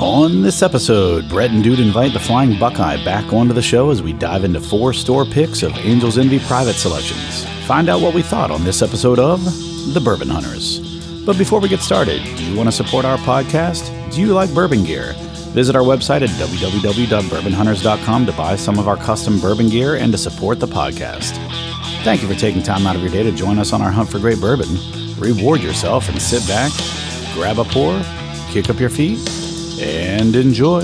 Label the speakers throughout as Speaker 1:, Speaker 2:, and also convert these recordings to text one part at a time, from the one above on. Speaker 1: On this episode, Brett and Dude invite the Flying Buckeye back onto the show as we dive into four store picks of Angel's Envy private selections. Find out what we thought on this episode of The Bourbon Hunters. But before we get started, do you want to support our podcast? Do you like bourbon gear? Visit our website at www.bourbonhunters.com to buy some of our custom bourbon gear and to support the podcast. Thank you for taking time out of your day to join us on our hunt for great bourbon. Reward yourself and sit back, grab a pour, kick up your feet, and enjoy.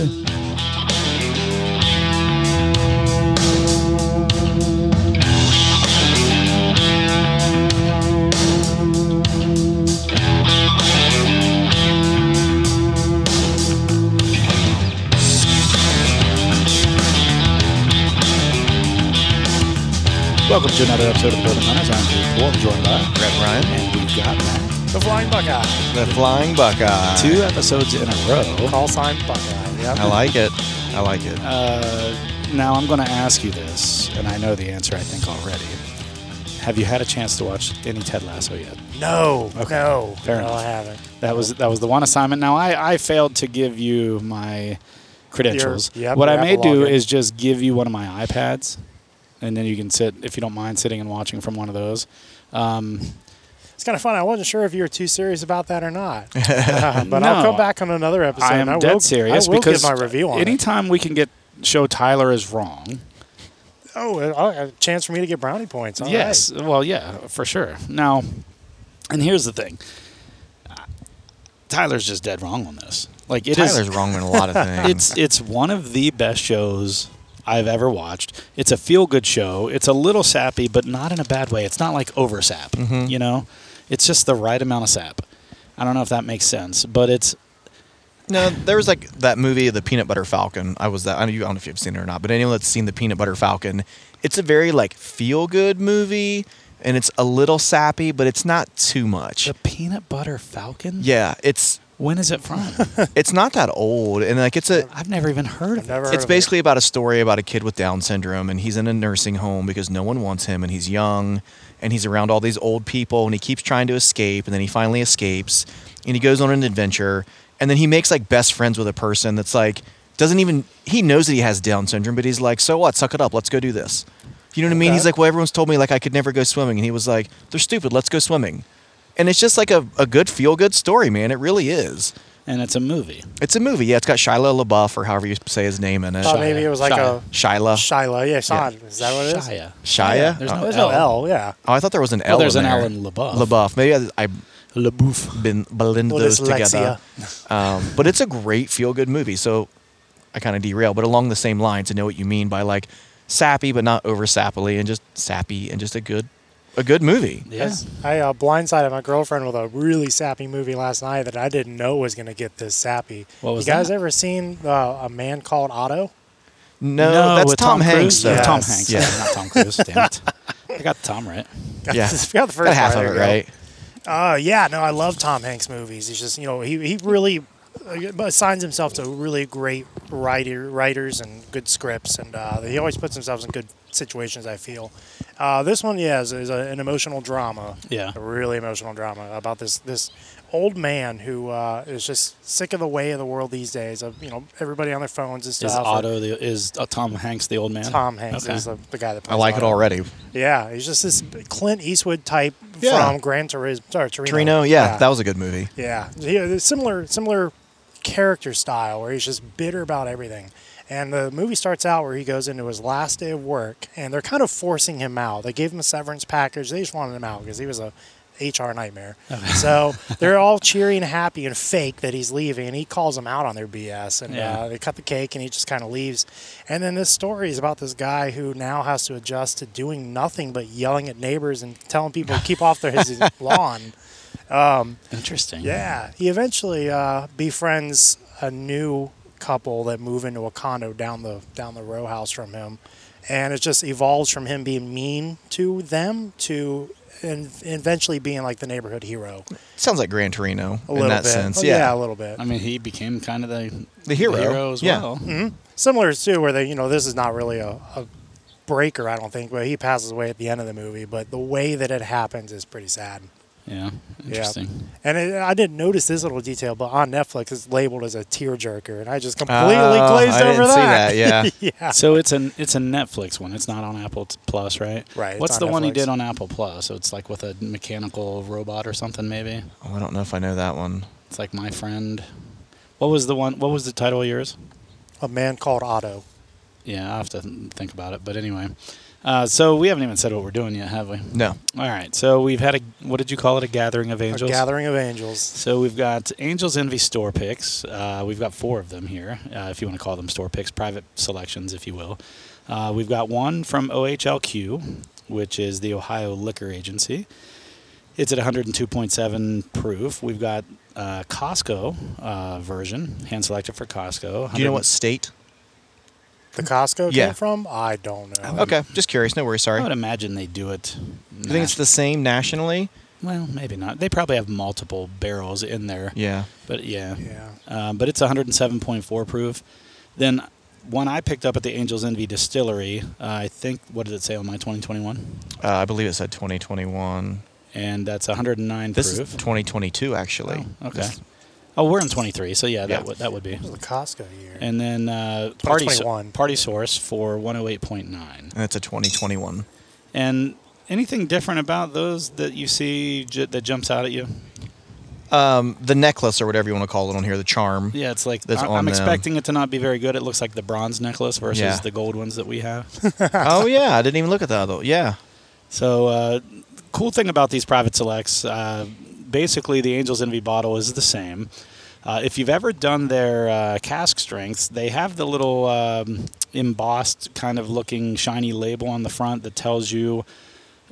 Speaker 1: Welcome to another episode of the Bourbon Hunters. I'm Dave Wolf, joined by,
Speaker 2: Brett Ryan,
Speaker 1: and we've got Matt, the Flying Buckeye.
Speaker 2: the Flying Buckeye.
Speaker 1: Two episodes in a row.
Speaker 3: Call sign Buckeye. Yep.
Speaker 2: I like it. I like it.
Speaker 1: Uh,
Speaker 3: now I'm going to ask you this, and I know the answer I think already. Have you had a chance to watch any Ted Lasso yet?
Speaker 4: No, no,
Speaker 3: fair
Speaker 4: no,
Speaker 3: enough.
Speaker 4: I haven't.
Speaker 3: That was that was the one assignment. Now I, I failed to give you my credentials.
Speaker 4: Your- yep,
Speaker 3: what I
Speaker 4: your
Speaker 3: may
Speaker 4: Apple
Speaker 3: do
Speaker 4: login.
Speaker 3: is just give you one of my iPads, and then you can sit if you don't mind sitting and watching from one of those. Um,
Speaker 4: It's kind of fun. I wasn't sure if you were too serious about that or not, Uh, but I'll
Speaker 3: No.
Speaker 4: come back on another episode.
Speaker 3: I
Speaker 4: and
Speaker 3: am
Speaker 4: I
Speaker 3: dead
Speaker 4: will,
Speaker 3: serious
Speaker 4: I will
Speaker 3: because
Speaker 4: give my review on it.
Speaker 3: anytime we can get show Tyler is wrong,
Speaker 4: Oh, uh, a chance for me to get brownie points. All
Speaker 3: yes. Well, yeah, for sure. Now, and here's the thing. Tyler's just dead wrong on this. Like it is.
Speaker 2: Tyler's wrong in a lot of things.
Speaker 3: It's it's one of the best shows I've ever watched. It's a feel good show. It's a little sappy, but not in a bad way. It's not like over sap.
Speaker 2: Mm-hmm.
Speaker 3: You know, it's just the right amount of sap. I don't know if that makes sense, but it's
Speaker 2: no, there was like that movie, The Peanut Butter Falcon. I was that. I don't, you- I don't know if you've seen it or not, but anyone that's seen The Peanut Butter Falcon, it's a very like feel good movie, and it's a little sappy, but it's not too much.
Speaker 3: the peanut butter falcon.
Speaker 2: Yeah, it's
Speaker 3: When is it from?
Speaker 2: it's not that old, and like it's a
Speaker 3: I've never even heard of
Speaker 4: I've never
Speaker 3: it.
Speaker 4: heard
Speaker 2: It's
Speaker 4: of it.
Speaker 2: basically about a story about a kid with Down syndrome, and he's in a nursing home because no one wants him, and he's young, and he's around all these old people, and he keeps trying to escape, and then he finally escapes, and he goes on an adventure, and then he makes like best friends with a person that's like doesn't even he knows that he has Down syndrome, but he's like, so what? Suck it up. Let's go do this. You know what I mean?
Speaker 4: Okay.
Speaker 2: He's like, well, everyone's told me like I could never go swimming, and he was like, they're stupid. Let's go swimming, and it's just like a, a good feel good story, man. It really is.
Speaker 3: And it's a movie.
Speaker 2: It's a movie. Yeah, it's got Shia LaBeouf or however you say his name in it.
Speaker 4: I thought maybe it was like
Speaker 3: Shia.
Speaker 2: Shiloh.
Speaker 4: a Shiloh. Yeah, Sean. Is that what it is?
Speaker 3: Shia.
Speaker 2: Shia?
Speaker 3: There's
Speaker 2: Oh.
Speaker 3: no,
Speaker 4: There's no L. Yeah.
Speaker 2: Oh, I thought there was an L.
Speaker 3: there's
Speaker 2: in
Speaker 3: an
Speaker 2: there.
Speaker 3: L in LaBeouf.
Speaker 2: LaBeouf. Maybe I, I
Speaker 3: LaBouf.
Speaker 2: bin, blend
Speaker 4: Well,
Speaker 2: those
Speaker 4: dyslexia.
Speaker 2: together. Um, but it's a great feel-good movie. So I kind of derail, but along the same lines, I know what you mean by like sappy, but not over sappily, and just sappy, and just a good, a good movie.
Speaker 3: Yes.
Speaker 4: I uh, blindsided my girlfriend with a really sappy movie last night that I didn't know was going to get this sappy.
Speaker 3: What was
Speaker 4: you guys
Speaker 3: that?
Speaker 4: ever seen uh, a man called Otto?
Speaker 2: No, that's
Speaker 3: with
Speaker 2: Tom, Hanks.
Speaker 3: Cruise?
Speaker 2: Though.
Speaker 3: Yeah,
Speaker 4: Yes.
Speaker 3: Tom Hanks.
Speaker 2: Yeah.
Speaker 3: Yeah, not Tom Cruise. Damn it. I got Tom right.
Speaker 2: Yeah.
Speaker 4: Got the first
Speaker 2: Got half
Speaker 4: part.
Speaker 2: of
Speaker 4: There
Speaker 2: it
Speaker 4: you go.
Speaker 2: right.
Speaker 4: Uh, yeah, no, I love Tom Hanks movies. He's just, you know, he, he really uh, assigns himself to really great writer, writers and good scripts, and uh, he always puts himself in good situations, I feel. Uh, this one, yeah, is, is a, an emotional drama.
Speaker 3: Yeah.
Speaker 4: A really emotional drama about this this old man who uh, is just sick of the way of the world these days. Of, you know, everybody on their phones and stuff.
Speaker 3: Is Otto the is uh, Tom Hanks the old man?
Speaker 4: Tom Hanks
Speaker 3: Okay.
Speaker 4: is the, the guy that
Speaker 2: I
Speaker 4: plays
Speaker 2: like it
Speaker 4: Otto.
Speaker 2: already.
Speaker 4: Yeah, he's just this Clint Eastwood type
Speaker 2: Yeah.
Speaker 4: from Gran Turismo. Sorry, Torino.
Speaker 2: Trino. Yeah, that was a good movie.
Speaker 4: Yeah, yeah, the similar similar character style where he's just bitter about everything. And the movie starts out where he goes into his last day of work, and they're kind of forcing him out. They gave him a severance package. They just wanted him out because he was a HR nightmare. So they're all cheery and happy and fake that he's leaving, and he calls them out on their BS. And
Speaker 3: Yeah.
Speaker 4: uh, they cut the cake, and he just kind of leaves. And then this story is about this guy who now has to adjust to doing nothing but yelling at neighbors and telling people to keep off their his lawn.
Speaker 3: Interesting.
Speaker 4: Yeah, he eventually uh, befriends a new couple that move into a condo down the down the row house from him, and it just evolves from him being mean to them to and eventually being like the neighborhood hero
Speaker 2: Sounds like Gran Torino
Speaker 4: a
Speaker 2: in
Speaker 4: little
Speaker 2: that
Speaker 4: bit.
Speaker 2: sense.
Speaker 4: Oh,
Speaker 2: Yeah.
Speaker 4: a little bit.
Speaker 3: I mean, he became kind of the,
Speaker 2: The hero.
Speaker 3: as
Speaker 2: Yeah.
Speaker 3: well.
Speaker 4: Mm-hmm. Similar too, where they you know this is not really a. a breaker i don't think but he passes away at the end of the movie but the way that it happens is pretty sad
Speaker 3: Yeah. Interesting.
Speaker 4: And it, I didn't notice this little detail, but on Netflix, it's labeled as a tearjerker, and I just completely
Speaker 2: Oh,
Speaker 4: glazed
Speaker 2: I didn't
Speaker 4: over
Speaker 2: see
Speaker 4: that.
Speaker 2: that, yeah.
Speaker 4: yeah.
Speaker 3: So it's an it's a Netflix one. It's not on Apple t- Plus, right?
Speaker 4: Right, it's
Speaker 3: What's
Speaker 4: on
Speaker 3: the one he
Speaker 4: Netflix.
Speaker 3: did on Apple Plus? So it's like with a mechanical robot or something, maybe.
Speaker 2: Oh, I don't know if I know that one.
Speaker 3: It's like my friend. What was the one? What was the title of yours?
Speaker 4: A man called Otto.
Speaker 3: Yeah, I have to th- think about it. But anyway, uh, so we haven't even said what we're doing yet, have we?
Speaker 2: No.
Speaker 3: All right. So we've had a what did you call it? A gathering of angels.
Speaker 4: A gathering of angels.
Speaker 3: So we've got Angels Envy store picks. Uh, we've got four of them here, uh, if you want to call them store picks, private selections, if you will. Uh, we've got one from OHLQ, which is the Ohio Liquor Agency. It's at 102.7 proof. We've got uh, Costco uh, version, hand selected for Costco.
Speaker 2: Do you know what state?
Speaker 4: The Costco
Speaker 2: Yeah. Oh,
Speaker 4: came from? I don't know.
Speaker 2: Okay, just curious. No worries. Sorry.
Speaker 3: I would imagine they do it.
Speaker 2: I think it's the same nationally.
Speaker 3: well, maybe not. They probably have multiple barrels in there.
Speaker 2: Yeah.
Speaker 3: But yeah.
Speaker 4: Yeah.
Speaker 3: um, but it's 107.4 proof. Then one I picked up at the Angels Envy Distillery, uh, I think, what did it say on my 2021?
Speaker 2: Uh, I believe it said 2021.
Speaker 3: And that's 109
Speaker 2: This
Speaker 3: proof.
Speaker 2: is 2022, actually.
Speaker 3: Oh, okay.
Speaker 2: This-
Speaker 3: oh, we're in 23, so yeah, that
Speaker 2: Yeah.
Speaker 3: would that would be.
Speaker 4: It was the Costco year.
Speaker 3: And then uh, party so-
Speaker 4: 2021.
Speaker 3: party source for 108.9.
Speaker 2: and it's a 2021.
Speaker 3: And anything different about those that you see j- that jumps out at you?
Speaker 2: Um, the necklace or whatever you want to call it on here, the charm.
Speaker 3: Yeah, it's like
Speaker 2: That's
Speaker 3: I-
Speaker 2: on
Speaker 3: I'm
Speaker 2: them.
Speaker 3: expecting it to not be very good. It looks like the bronze necklace versus
Speaker 2: Yeah.
Speaker 3: the gold ones that we have.
Speaker 2: oh yeah, I didn't even look at that though. Yeah.
Speaker 3: So, uh, cool thing about these private selects, uh, basically the Angels Envy bottle is the same. Uh, if you've ever done their uh, cask strengths, they have the little um, embossed kind of looking shiny label on the front that tells you.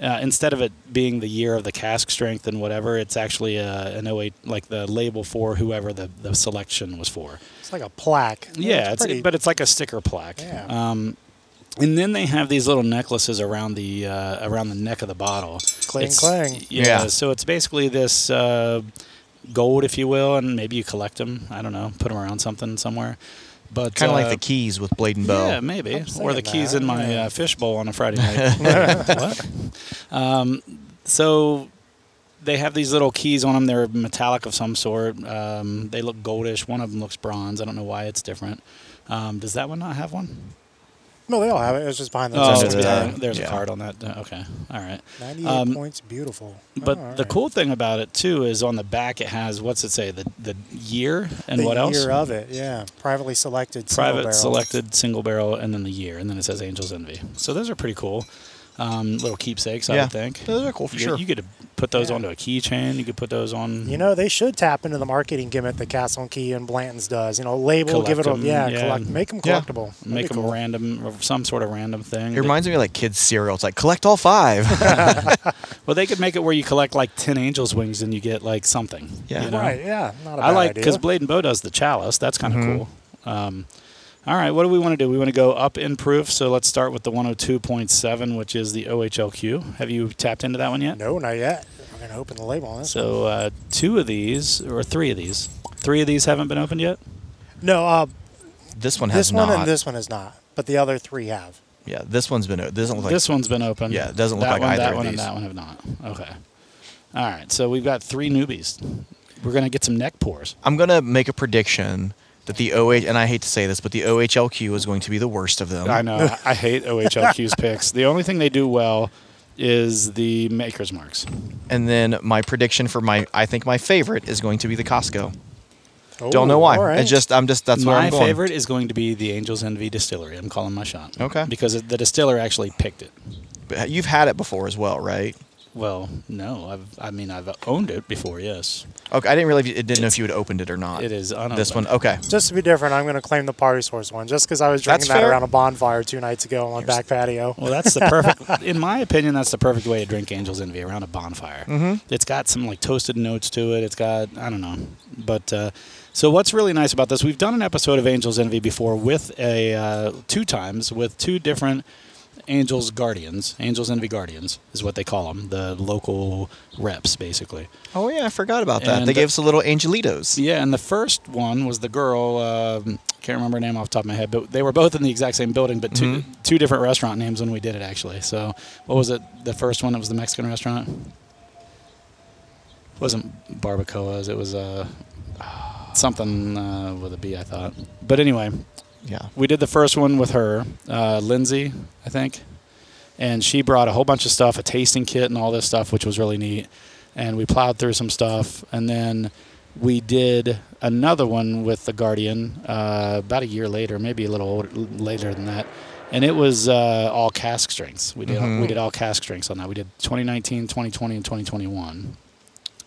Speaker 3: Uh, instead of it being the year of the cask strength and whatever, it's actually uh, an 08, like the label for whoever the, the selection was for.
Speaker 4: It's like a plaque.
Speaker 3: Yeah, it's
Speaker 4: pretty-
Speaker 3: but it's like a sticker plaque.
Speaker 4: Yeah.
Speaker 3: Um, and then they have these little necklaces around the uh, around the neck of the bottle.
Speaker 4: Clang,
Speaker 3: It's-
Speaker 4: clang.
Speaker 3: Yeah,
Speaker 2: Yeah.
Speaker 3: So it's basically this uh, gold, if you will, and maybe you collect them. I don't know, put them around something somewhere. But
Speaker 2: Kind of
Speaker 3: uh,
Speaker 2: like the keys with Blade and Bow.
Speaker 3: yeah, maybe.
Speaker 4: I'm just
Speaker 3: Or the
Speaker 4: thinking
Speaker 3: keys
Speaker 4: that,
Speaker 3: in my
Speaker 4: yeah.
Speaker 3: uh, fishbowl on a Friday night. what? Um, so they have these little keys on them. They're metallic of some sort. Um, they look goldish. One of them looks bronze. I don't know why it's different. Um, does that one not have one?
Speaker 4: No, they all have it. It was just behind the
Speaker 2: Oh,
Speaker 4: desk.
Speaker 2: under
Speaker 3: it's
Speaker 2: the-
Speaker 3: behind- there's a
Speaker 2: yeah.
Speaker 3: card on that. Uh, Okay, all right.
Speaker 4: 98
Speaker 3: Um,
Speaker 4: points, beautiful.
Speaker 3: But
Speaker 4: Oh, all
Speaker 3: the
Speaker 4: right.
Speaker 3: cool thing about it too is on the back it has what's it say the the year and
Speaker 4: the
Speaker 3: what
Speaker 4: year
Speaker 3: else?
Speaker 4: of it, yeah. Privately selected. single
Speaker 3: private
Speaker 4: barrel.
Speaker 3: selected single barrel and then the year and then it says Angels Envy. So those are pretty cool. Um, little keepsakes, I
Speaker 2: Yeah.
Speaker 3: would think.
Speaker 2: Those are cool for
Speaker 3: you
Speaker 2: sure.
Speaker 3: Could, you could put those
Speaker 4: Yeah.
Speaker 3: onto a keychain. You could put those on.
Speaker 4: You know, they should tap into the marketing gimmick that Castle and Key and Blanton's does. You know, label,
Speaker 3: Collect
Speaker 4: give it a
Speaker 3: 'em,
Speaker 4: yeah,
Speaker 3: yeah.
Speaker 4: collect, make them
Speaker 2: Yeah.
Speaker 4: collectible. That'd
Speaker 3: make
Speaker 4: be
Speaker 3: them
Speaker 4: cool.
Speaker 3: random, or some sort of random thing.
Speaker 2: it reminds me of like kids cereal. It's like collect all five.
Speaker 3: well, they could make it where you collect like ten angels wings and you get like something.
Speaker 2: Yeah.
Speaker 3: you know?
Speaker 4: Right, yeah, not a
Speaker 3: I
Speaker 4: bad
Speaker 3: like because
Speaker 4: idea.
Speaker 3: Blade and Bow does the chalice. That's kind of
Speaker 4: Mm-hmm.
Speaker 3: cool. Um, all right, what do we want to do? We want to go up in proof. So let's start with the 102.7, which is the OHLQ. Have you tapped into that one yet?
Speaker 4: no, not yet. I'm gonna open the label on this.
Speaker 3: So uh, two of these, or three of these, three of these haven't been opened yet.
Speaker 4: No, uh,
Speaker 2: this one has
Speaker 4: this one
Speaker 2: not.
Speaker 4: and this one is not, but the other three have.
Speaker 2: yeah, this one's been. This one like
Speaker 3: this one's been opened.
Speaker 2: Yeah, it doesn't look
Speaker 3: that
Speaker 2: like
Speaker 3: one,
Speaker 2: either
Speaker 3: that
Speaker 2: of
Speaker 3: one,
Speaker 2: these.
Speaker 3: And that one have not. Okay. All right, so we've got three newbies. We're gonna get some neck pours.
Speaker 2: I'm gonna make a prediction that the OH and I hate to say this, but the OHLQ is going to be the worst of them.
Speaker 3: I know. I- I hate OHLQ's picks. The only thing they do well is the makers marks.
Speaker 2: And then my prediction for my, I think my favorite is going to be the Costco.
Speaker 4: Oh,
Speaker 2: Don't know why.
Speaker 4: all right.
Speaker 2: It's just I'm just that's where
Speaker 3: my
Speaker 2: I'm going.
Speaker 3: favorite is going to be the Angels Envy Distillery. I'm calling my shot.
Speaker 2: Okay.
Speaker 3: Because the distiller actually picked it.
Speaker 2: But You've had it before as well, right?
Speaker 3: Well, no, I've I mean I've owned it before. Yes,
Speaker 2: Okay, I didn't really it didn't know if you had opened it or not.
Speaker 3: it is unopened.
Speaker 2: this one. Okay,
Speaker 4: Just to be different, I'm going to claim the party source one, just because I was drinking
Speaker 2: That's
Speaker 4: that
Speaker 2: fair.
Speaker 4: around a bonfire two nights ago on my back patio.
Speaker 3: Well, that's the perfect. in my opinion, that's the perfect way to drink Angels Envy around a bonfire. Mm-hmm. It's got some like toasted notes to it. It's got I don't know, but uh, so what's really nice about this? We've done an episode of Angels Envy before with a uh, two times with two different Angels Guardians. Angels Envy Guardians is what they call them. The local reps, basically.
Speaker 2: Oh yeah, I forgot about that.
Speaker 3: And
Speaker 2: they
Speaker 3: the-
Speaker 2: gave us the little angelitos.
Speaker 3: Yeah, and the first one was the girl. Um, can't remember her name off the top of my head, but they were both in the exact same building, but 2 two different restaurant names when we did it actually. So, what was it? The first one it was the Mexican restaurant. wasn't barbacoas. It was uh, something uh, with a B, I thought. But anyway,
Speaker 2: Yeah.
Speaker 3: we did the first one with her, uh, Lindsay, I think, and she brought a whole bunch of stuff, a tasting kit, and all this stuff, which was really neat. And we plowed through some stuff, and then we did another one with the Guardian uh, about a year later, maybe a little older, later than that. And it was uh, all cask strengths. We did we did all cask strengths on that. We did 2019, 2020, and 2021.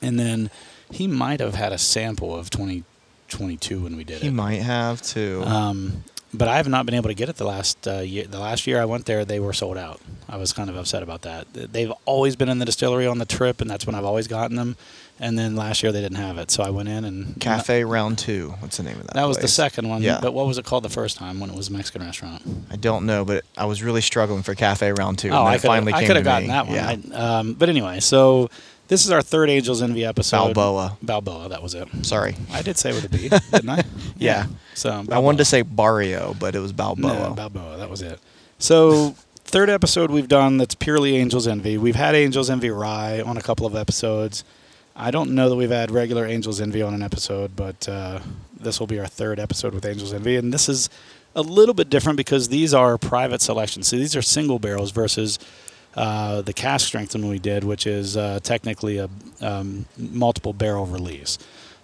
Speaker 3: And then he might have had a sample of 2022 when we did
Speaker 2: He
Speaker 3: it.
Speaker 2: might have too.
Speaker 3: Um, but I have not been able to get it the last uh, year. The last year I went there, they were sold out. I was kind of upset about that. Th- They've always been in the distillery on the trip, and that's when I've always gotten them. And then last year they didn't have it, so I went in and
Speaker 2: Cafe Round Two. What's the name of that?
Speaker 3: That was the
Speaker 2: place?
Speaker 3: second one.
Speaker 2: Yeah.
Speaker 3: But what was it called the first time when it was a Mexican restaurant?
Speaker 2: I don't know, but I was really struggling for Cafe Round Two. and
Speaker 3: Oh, I
Speaker 2: that finally
Speaker 3: I
Speaker 2: came
Speaker 3: could have
Speaker 2: to
Speaker 3: gotten
Speaker 2: me.
Speaker 3: that one.
Speaker 2: Yeah.
Speaker 3: I- um, but anyway, so this is our third Angels Envy episode.
Speaker 2: Balboa.
Speaker 3: Balboa. That was it.
Speaker 2: Sorry.
Speaker 3: I did say with a B, didn't I?
Speaker 2: Yeah.
Speaker 3: So
Speaker 2: I wanted
Speaker 3: Balboa.
Speaker 2: to say Barrio, but it was Balboa.
Speaker 3: No, Balboa. That was it. So third episode we've done that's purely Angels Envy. We've had Angels Envy Rye on a couple of episodes. I don't know that we've had regular Angels Envy on an episode, but uh, this will be our third episode with Angels Envy, and this is a little bit different because these are private selections. So these are single barrels versus uh, the cask strength one we did, which is uh, technically a um, multiple barrel release.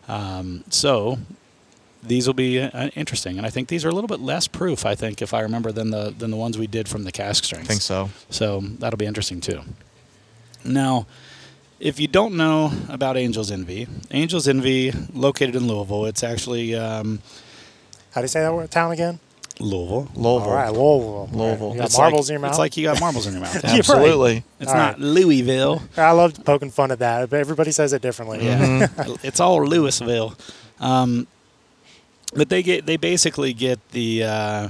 Speaker 3: Um, so these will be uh, interesting, and I think these are a little bit less proof. I think, if I remember, than the than the ones we did from the cask
Speaker 2: I
Speaker 3: strength.
Speaker 2: think so.
Speaker 3: So that'll be interesting too. Now, if you don't know about Angels Envy, Angels Envy, located in Louisville, it's actually um,
Speaker 4: How do you say that word, town again?
Speaker 3: Louisville.
Speaker 2: Louisville.
Speaker 4: All right, Louisville.
Speaker 2: Louisville.
Speaker 4: You got
Speaker 3: It's
Speaker 4: marbles
Speaker 3: like,
Speaker 4: in your mouth.
Speaker 3: It's like you got marbles in your mouth.
Speaker 4: You're right.
Speaker 2: Absolutely.
Speaker 3: It's
Speaker 4: All
Speaker 3: not
Speaker 4: right.
Speaker 3: Louisville.
Speaker 4: I loved poking fun at that. but Everybody says it differently.
Speaker 3: Yeah, it's all Louisville. Um, but they get they basically get the uh,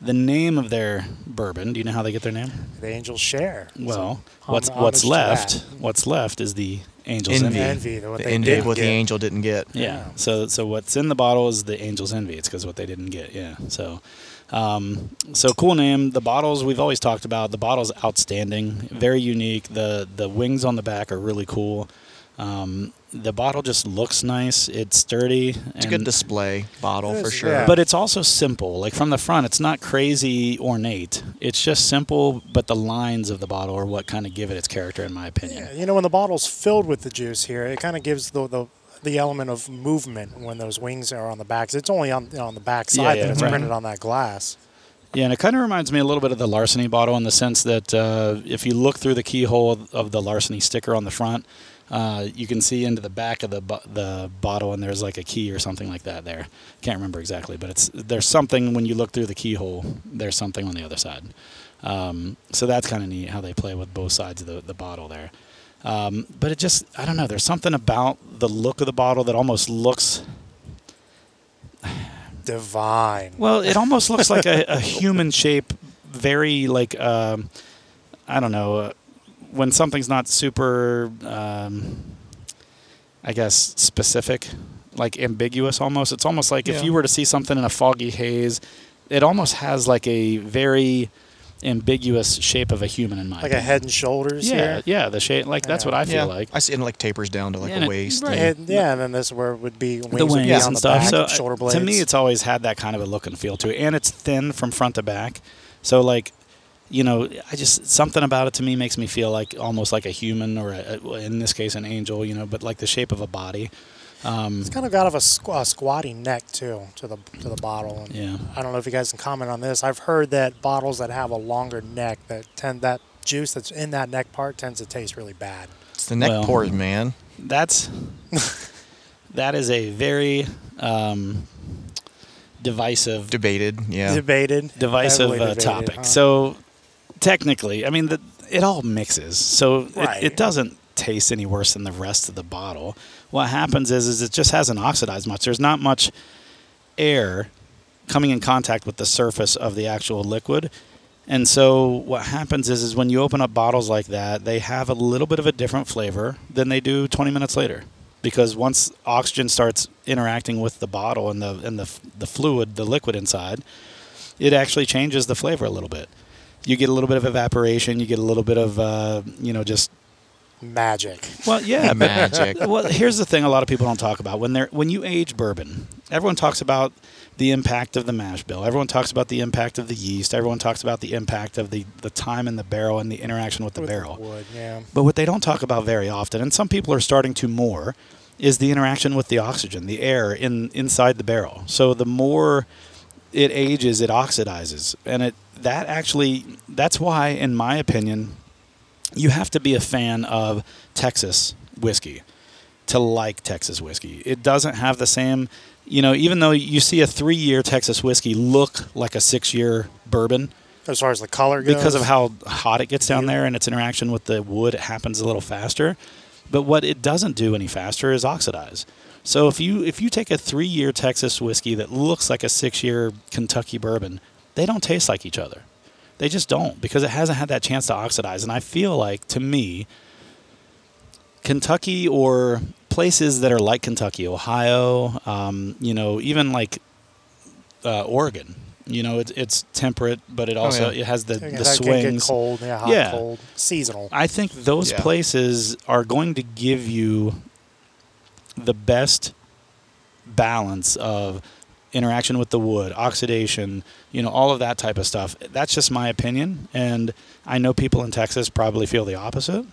Speaker 3: the name of their bourbon. Do you know how they get their name?
Speaker 4: The angels share.
Speaker 3: Well,
Speaker 4: So,
Speaker 3: what's
Speaker 4: hom- homage
Speaker 3: what's
Speaker 4: to
Speaker 3: left?
Speaker 4: that.
Speaker 3: What's left is the Angels
Speaker 2: Envy.
Speaker 3: Envy.
Speaker 4: envy. What
Speaker 2: The
Speaker 4: they
Speaker 2: end did
Speaker 4: did
Speaker 2: what the
Speaker 4: get.
Speaker 2: angel didn't get.
Speaker 3: Yeah. So so what's in the bottle is the Angels Envy. It's because what they didn't get. Yeah. So. Um, so cool name. The bottles we've always talked about. The bottles outstanding, very unique. The the wings on the back are really cool. Um, the bottle just looks nice. It's sturdy.
Speaker 2: It's a good display bottle
Speaker 4: It
Speaker 2: for
Speaker 4: is,
Speaker 2: sure.
Speaker 4: yeah.
Speaker 3: but it's also simple. Like from the front, it's not crazy ornate. It's just simple, but the lines of the bottle are what kind of give it its character, in my opinion.
Speaker 4: Yeah, you know, when the bottle's filled with the juice here, it kind of gives the, the the element of movement when those wings are on the back. 'Cause It's only on on the back side
Speaker 3: yeah,
Speaker 4: that it's
Speaker 3: right.
Speaker 4: printed on that glass.
Speaker 3: Yeah, and it kind of reminds me a little bit of the larceny bottle in the sense that uh, if you look through the keyhole of the larceny sticker on the front, uh, you can see into the back of the bo- the bottle, and there's like a key or something like that. There, can't remember exactly, but it's there's something when you look through the keyhole. There's something on the other side. Um, so that's kind of neat how they play with both sides of the, the bottle there. Um, but it just I don't know. There's something about the look of the bottle that almost looks
Speaker 4: Divine.
Speaker 3: Well, it almost looks like a, a human shape, very like um, I don't know uh, when something's not super, um, I guess specific, like ambiguous. Almost, it's almost like if
Speaker 2: Yeah.
Speaker 3: you were to see something in a foggy haze, it almost has like a very ambiguous shape of a human in mind.
Speaker 4: like a head and shoulders
Speaker 3: Yeah,
Speaker 4: here.
Speaker 3: yeah, the shape. Like that's
Speaker 4: Yeah.
Speaker 3: what I
Speaker 2: Yeah.
Speaker 3: feel like.
Speaker 2: I see it like tapers down to like
Speaker 3: Yeah, and
Speaker 2: a
Speaker 3: it-
Speaker 2: waist.
Speaker 3: right.
Speaker 4: And, yeah, and then this where it would be wings,
Speaker 3: the
Speaker 4: would
Speaker 3: wings
Speaker 4: be on
Speaker 3: and
Speaker 4: the
Speaker 3: stuff.
Speaker 4: back,
Speaker 3: so
Speaker 4: shoulder
Speaker 3: uh,
Speaker 4: blades.
Speaker 3: to me, it's always had that kind of a look and feel to it, and it's thin from front to back. So like, you know, I just something about it to me makes me feel like almost like a human or a, a- in this case an angel, you know, but like the shape of a body. Um,
Speaker 4: It's kind of got of a, squ- a squatty neck too to the to the bottle. And
Speaker 3: yeah,
Speaker 4: I don't know if you guys can comment on this. I've heard that bottles that have a longer neck that tend that juice that's in that neck part tends to taste really bad.
Speaker 2: It's the neck
Speaker 3: Well-
Speaker 2: pores, man.
Speaker 3: that's that is a very um, divisive
Speaker 2: Debated. Yeah.
Speaker 4: Debated,
Speaker 3: divisive
Speaker 4: heavily
Speaker 3: uh,
Speaker 4: debated,
Speaker 3: topic.
Speaker 4: huh?
Speaker 3: So technically, I mean, the, it all mixes. So
Speaker 4: Right.
Speaker 3: it, it doesn't taste any worse than the rest of the bottle. What happens is, is it just hasn't oxidized much. There's not much air coming in contact with the surface of the actual liquid. And so what happens is, is when you open up bottles like that, they have a little bit of a different flavor than they do 20 minutes later. Because once oxygen starts interacting with the bottle and the and the, f- the fluid, the liquid inside, it actually changes the flavor a little bit. You get a little bit of evaporation. You get a little bit of uh, you know just
Speaker 4: magic.
Speaker 3: Well, yeah, but-
Speaker 2: Magic.
Speaker 3: well, here's the thing: a lot of people don't talk about when they're when you age bourbon. Everyone talks about the impact of the mash bill. Everyone talks about the impact of the yeast. Everyone talks about the impact of the the time in the barrel and the interaction with the
Speaker 4: With
Speaker 3: barrel.
Speaker 4: Wood, yeah.
Speaker 3: But what they don't talk about very often, and some people are starting to more, is the interaction with the oxygen, the air in inside the barrel. So the more it ages, it oxidizes, and it that actually that's why, in my opinion, you have to be a fan of Texas whiskey to like Texas whiskey. It doesn't have the same, you know, even though you see a three-year Texas whiskey look like a six-year bourbon
Speaker 4: As far as the color goes,
Speaker 3: because of how hot it gets down there and its interaction with the wood it happens a little faster but what it doesn't do any faster is oxidize so if you if you take a three year texas whiskey that looks like a six year kentucky bourbon they don't taste like each other they just don't because it hasn't had that chance to oxidize and i feel like to me kentucky or places that are like kentucky ohio um, you know even like uh, oregon you know it's, it's temperate but it also
Speaker 2: yeah.
Speaker 3: it has the
Speaker 4: Yeah,
Speaker 3: the
Speaker 4: that can get
Speaker 3: swings.
Speaker 4: cold, yeah, hot,
Speaker 3: Yeah.
Speaker 4: cold, seasonal.
Speaker 3: I think those
Speaker 2: Yeah.
Speaker 3: places are going to give you the best balance of interaction with the wood, oxidation, you know, all of that type of stuff. That's just my opinion, and I know people in Texas probably feel the opposite,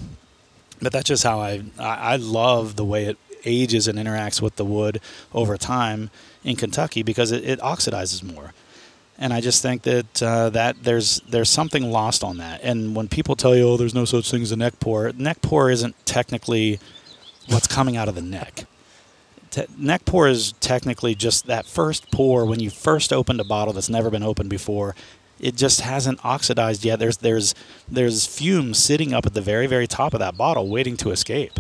Speaker 3: but that's just how I I, I love the way it ages and interacts with the wood over time in Kentucky because it, it oxidizes more and I just think that uh, that there's there's something lost on that. And when people tell you, "Oh, there's no such thing as a neck pour," neck pour isn't technically what's coming out of the neck. Te- neck pour is technically just that first pour when you first opened a bottle that's never been opened before. It just hasn't oxidized yet. There's there's there's fumes sitting up at the very very top of that bottle, waiting to escape.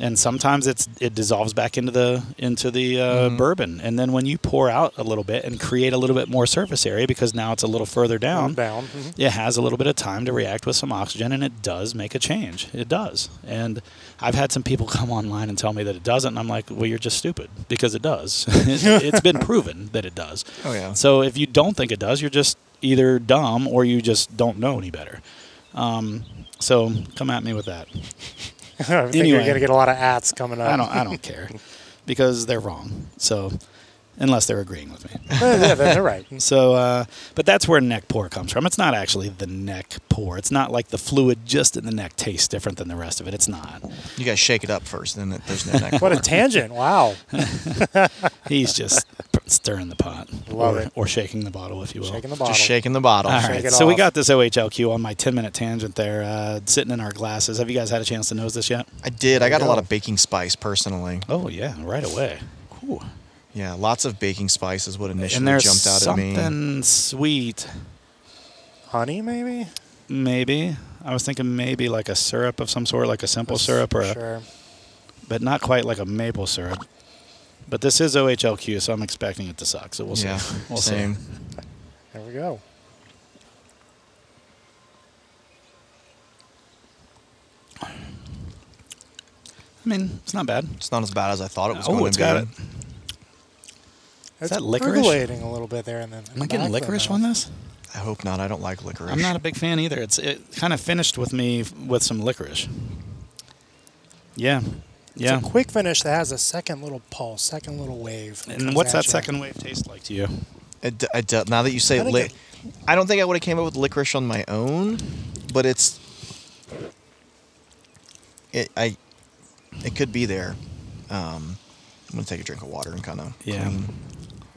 Speaker 3: And sometimes it's it dissolves back into the into the uh, bourbon. And then when you pour out a little bit and create a little bit more surface area because now it's a little further down,
Speaker 4: down. mhm.
Speaker 3: Mm-hmm. it has a little bit of time to react with some oxygen and it does make a change. It does. And I've had some people come online and tell me that it doesn't. And I'm like, well, you're just stupid because it does. it, it's been proven that it does.
Speaker 2: Oh, yeah.
Speaker 3: So if you don't think it does, you're just either dumb or you just don't know any better. Um, so come at me with that.
Speaker 4: I think
Speaker 3: Anyway.
Speaker 4: you're going to get a lot of ats coming up.
Speaker 3: I don't, I don't care because they're wrong. So unless they're agreeing with me.
Speaker 4: yeah, they're they're right.
Speaker 3: So, uh, but that's where neck pour comes from. It's not actually the neck pour. It's not like the fluid just in the neck tastes different than the rest of it. It's not.
Speaker 2: You gotta shake it up first, and then there's no neck.
Speaker 4: What a tangent! Wow,
Speaker 3: He's just p- stirring the pot,
Speaker 4: Love
Speaker 3: or,
Speaker 4: it.
Speaker 3: or shaking the bottle, if you will.
Speaker 4: shaking the bottle.
Speaker 2: Just shaking the bottle.
Speaker 3: All
Speaker 4: Shake
Speaker 3: right,
Speaker 4: it
Speaker 3: so we
Speaker 4: off.
Speaker 3: got this OHLQ on my 10 minute tangent there, uh, sitting in our glasses. Have you guys had a chance to nose this yet?
Speaker 2: I did. I got a
Speaker 4: go.
Speaker 2: lot of baking spice personally.
Speaker 3: Oh, yeah, right away. Cool.
Speaker 2: Yeah, lots of baking spice is what initially
Speaker 3: And there's
Speaker 2: jumped out at me.
Speaker 3: something sweet,
Speaker 4: honey, maybe.
Speaker 3: maybe. I was thinking maybe like a syrup of some sort, like a simple syrup or a,
Speaker 4: sure.
Speaker 3: but not quite like a maple syrup. But this is OHLQ, so I'm expecting it to suck. So we'll see.
Speaker 2: yeah,
Speaker 3: We'll see.
Speaker 2: same.
Speaker 4: There we go.
Speaker 3: I mean, it's not bad.
Speaker 2: It's not as bad as I thought it was
Speaker 3: Oh,
Speaker 2: going
Speaker 3: it's
Speaker 2: to be.
Speaker 3: got it.
Speaker 4: It's
Speaker 3: that licorice?
Speaker 4: percolating a little bit there, and then
Speaker 3: Am I getting licorice on this?
Speaker 2: I hope not. I don't like licorice.
Speaker 3: I'm not a big fan either. It's it kind of finished with me f- with some licorice. Yeah,
Speaker 4: It's
Speaker 3: yeah.
Speaker 4: a quick finish that has a second little pulse, second little wave.
Speaker 3: And what's that second wave taste like to you?
Speaker 2: It, d- it d- now that you say
Speaker 4: I think
Speaker 2: lic,
Speaker 4: it-
Speaker 2: I don't think I would have came up with licorice on my own, but it's it I it could be there. Um, I'm gonna take a drink of water and kind of
Speaker 3: Yeah.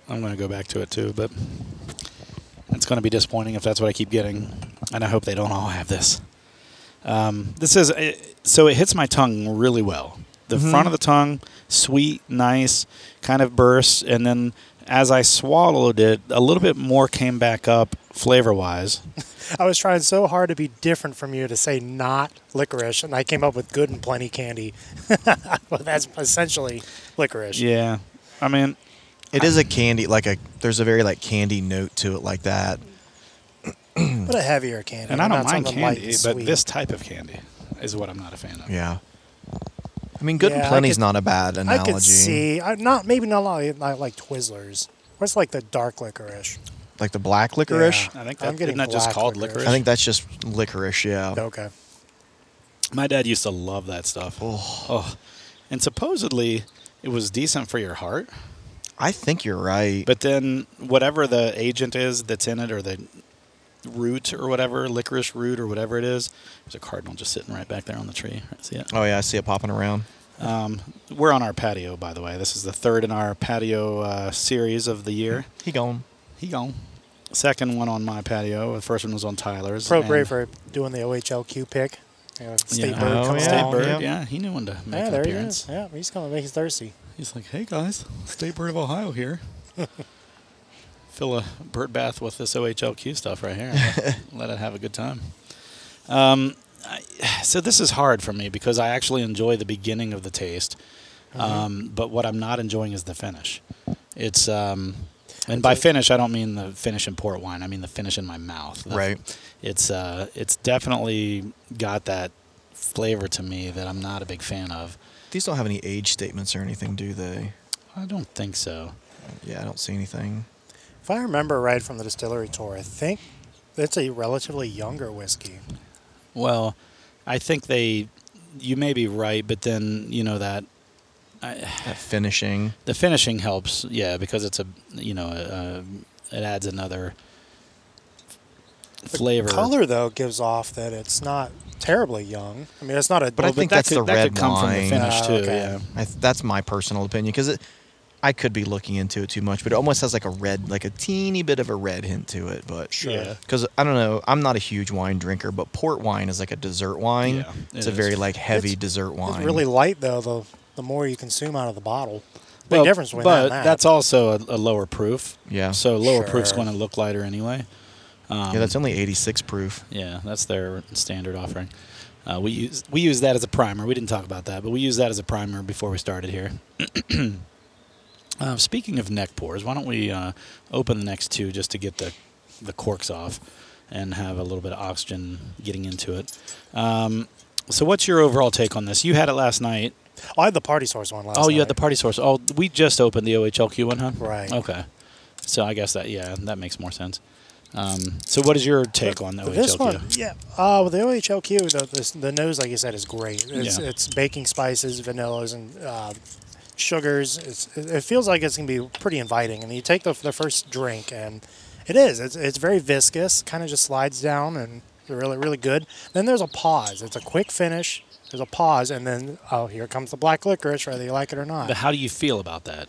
Speaker 3: I'm going to go back to it too, but it's going to be disappointing if that's what I keep getting. And I hope they don't all have this. Um, this is it, so it hits my tongue really well. The
Speaker 4: Mm-hmm.
Speaker 3: front of the tongue, sweet, nice, kind of bursts, and then as I swallowed it, a little bit more came back up flavor wise.
Speaker 4: I was trying so hard to be different from you to say not licorice, and I came up with good and plenty candy. well, that's essentially licorice.
Speaker 3: Yeah, I mean,
Speaker 2: It is a candy like a there's a very like candy note to it like that.
Speaker 4: But a heavier candy.
Speaker 3: and I don't
Speaker 4: not
Speaker 3: mind
Speaker 4: something light
Speaker 3: candy,
Speaker 4: and
Speaker 3: but
Speaker 4: sweet.
Speaker 3: this type of candy is what I'm not a fan of.
Speaker 2: Yeah. I mean, good
Speaker 4: Yeah,
Speaker 2: and
Speaker 4: I
Speaker 2: plenty's
Speaker 4: could-
Speaker 2: not a bad analogy.
Speaker 4: I could see. I, not maybe not like, not like Twizzlers. What's like the dark licorice?
Speaker 2: Like the black licorice.
Speaker 4: Yeah.
Speaker 3: I think
Speaker 4: I'm
Speaker 3: that,
Speaker 4: getting
Speaker 3: isn't that just
Speaker 4: black
Speaker 3: called
Speaker 4: licorice.
Speaker 3: licorice?
Speaker 2: I think that's just licorice. Yeah.
Speaker 4: Okay.
Speaker 3: My dad used to love that stuff. Oh. And supposedly it was decent for your heart.
Speaker 2: I think you're right.
Speaker 3: But then whatever the agent is that's in it or the root or whatever, licorice root or whatever it is, there's a cardinal just sitting right back there on the tree. I see it.
Speaker 2: oh yeah, I see it popping around.
Speaker 3: We're on our patio, by the way. This is the third in our patio uh, series of the year.
Speaker 2: He gone.
Speaker 3: He gone. Second one on my patio. The first one was on Tyler's.
Speaker 4: Appropriate
Speaker 3: and-
Speaker 4: for doing the OHLQ pick. You know, state
Speaker 3: Yeah. uh,
Speaker 4: bird
Speaker 2: Oh,
Speaker 4: comes
Speaker 2: yeah.
Speaker 3: State
Speaker 4: along.
Speaker 3: Bird.
Speaker 2: yeah.
Speaker 3: Yeah, he knew when to make
Speaker 4: Yeah,
Speaker 3: an
Speaker 4: there he
Speaker 3: appearance.
Speaker 4: is. Yeah, he's coming to make us thirsty.
Speaker 3: He's like, "Hey guys, State Bird of Ohio here. Fill a bird bath with this OHLQ stuff right here. Let it have a good time." Um, I, so this is hard for me because I actually enjoy the beginning of the taste, um, but what I'm not enjoying is the finish. It's um, and by finish I don't mean the finish in port wine. I mean the finish in my mouth. The-
Speaker 2: Right.
Speaker 3: It's uh, it's definitely got that flavor to me that I'm not a big fan of.
Speaker 2: These don't have any age statements or anything, do they?
Speaker 3: I don't think so.
Speaker 2: Yeah, I don't see anything.
Speaker 4: If I remember right from the distillery tour, I think it's a relatively younger whiskey.
Speaker 3: Well, I think they. You may be right, but then you know that
Speaker 2: That finishing.
Speaker 3: the finishing helps. Yeah, because it's a you know uh, it adds another flavor.
Speaker 4: Color though gives off that it's not terribly young. I mean, it's not a.
Speaker 2: But I
Speaker 4: well,
Speaker 2: think
Speaker 3: that
Speaker 2: that's
Speaker 3: could,
Speaker 2: the
Speaker 3: that
Speaker 2: red
Speaker 3: could come
Speaker 2: wine.
Speaker 3: from the finish
Speaker 4: Ah,
Speaker 3: too.
Speaker 4: okay.
Speaker 3: Yeah.
Speaker 2: I th- that's my personal opinion because it. I could be looking into it too much, but it almost has like a red, like a teeny bit of a red hint to it. But
Speaker 3: Sure. Yeah.
Speaker 2: because I don't know, I'm not a huge wine drinker, but port wine is like a dessert wine.
Speaker 3: Yeah,
Speaker 2: it's
Speaker 3: it
Speaker 2: a very
Speaker 3: is.
Speaker 2: like heavy
Speaker 4: It's-
Speaker 2: dessert wine.
Speaker 4: It's really light though. The the more you consume out of the bottle, big
Speaker 3: Well,
Speaker 4: difference between
Speaker 3: but
Speaker 4: that and that.
Speaker 3: that's also a, a lower proof.
Speaker 2: Yeah.
Speaker 3: So lower
Speaker 4: Sure.
Speaker 3: proof's going to look lighter anyway. Um,
Speaker 2: yeah, that's only 86 proof.
Speaker 3: Yeah, that's their standard offering. Uh, we use we use that as a primer. We didn't talk about that, but we use that as a primer before we started here. uh, speaking of neck pours, why don't we uh, open the next two just to get the the corks off and have a little bit of oxygen getting into it. Um, so, what's your overall take on this? You had it last night.
Speaker 4: Oh, I had the party source one last.
Speaker 3: oh, you had
Speaker 4: night.
Speaker 3: the party source. Oh, we just opened the OHLQ one, huh?
Speaker 4: Right.
Speaker 3: Okay. So I guess that yeah, that makes more sense. Um, so, what is your take on the OHLQ?
Speaker 4: This one, yeah. Uh, with the OHLQ, the, this, the nose, like you said, is great. It's,
Speaker 3: Yeah.
Speaker 4: it's baking spices, vanillas, and uh, sugars. It's, it it feels like it's going to be pretty inviting. And you take the, the first drink, and it is. It's, it's very viscous, kind of just slides down, and it's really, really good. Then there's a pause. It's a quick finish. There's a pause, and then, oh, here comes the black licorice, whether you like it or
Speaker 3: But
Speaker 4: not.
Speaker 3: how do you feel about that?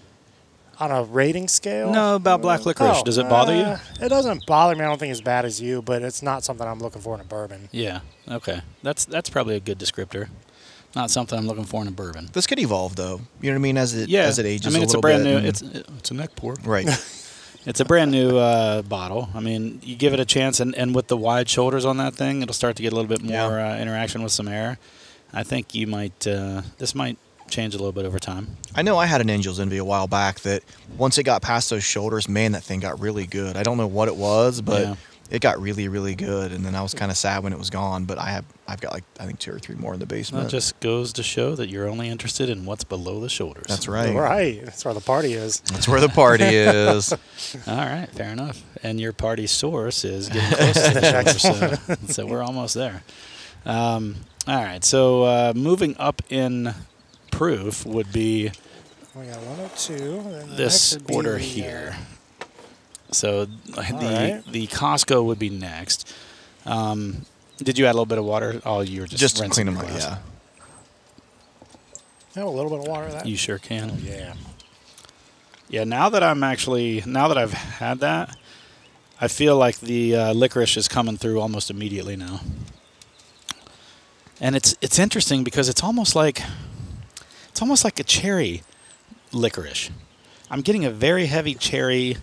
Speaker 4: On a rating scale?
Speaker 3: No, about black licorice.
Speaker 4: Oh,
Speaker 3: Does it bother
Speaker 4: uh, It doesn't bother me. I don't think it's bad as you, but it's not something I'm looking for in a bourbon.
Speaker 3: you? Yeah. Okay. That's that's probably a good descriptor. Not something I'm looking for in a bourbon.
Speaker 2: This could evolve though. You know what I mean? As it
Speaker 3: Yeah.
Speaker 2: as it ages.
Speaker 3: I mean,
Speaker 2: a
Speaker 3: it's a
Speaker 2: little
Speaker 3: brand
Speaker 2: bit
Speaker 3: new.
Speaker 2: and-
Speaker 3: It's it's a neck pour.
Speaker 2: right.
Speaker 3: It's a brand new uh, bottle. I mean, you give it a chance, and, and with the wide shoulders on that thing, it'll start to get a little bit more
Speaker 2: Yeah.
Speaker 3: uh, interaction with some air. I think you might. Uh, this might change a little bit over time.
Speaker 2: I know I had an Angel's Envy a while back that once it got past those shoulders, man, that thing got really good. I don't know what it was, but
Speaker 3: Yeah.
Speaker 2: it got really, really good. And then I was kind of sad when it was gone. But I have, I've got like I think two or three more in the basement.
Speaker 3: That just goes to show that you're only interested in what's below the shoulders.
Speaker 2: That's right.
Speaker 4: Right. That's where the party is.
Speaker 2: That's where the party is.
Speaker 3: All right, fair enough. And your party source is getting close to the shoulder, so, so we're almost there. Um, all right, so uh, moving up in proof would be
Speaker 4: We got 102. and the next
Speaker 3: this
Speaker 4: would be
Speaker 3: order
Speaker 4: the, uh,
Speaker 3: here. So the
Speaker 4: right.
Speaker 3: the Costco would be next. Um, did you add a little bit of water? Oh, you were just
Speaker 2: just to
Speaker 3: rinsing
Speaker 2: clean them
Speaker 3: your
Speaker 2: up.
Speaker 3: glass.
Speaker 2: Yeah.
Speaker 4: Have a little bit of water of that.
Speaker 3: You sure can.
Speaker 4: Oh, yeah.
Speaker 3: Yeah, now that I'm actually now that I've had that, I feel like the uh, licorice is coming through almost immediately now. And it's it's interesting because it's almost like it's almost like a cherry licorice. I'm getting a very heavy cherry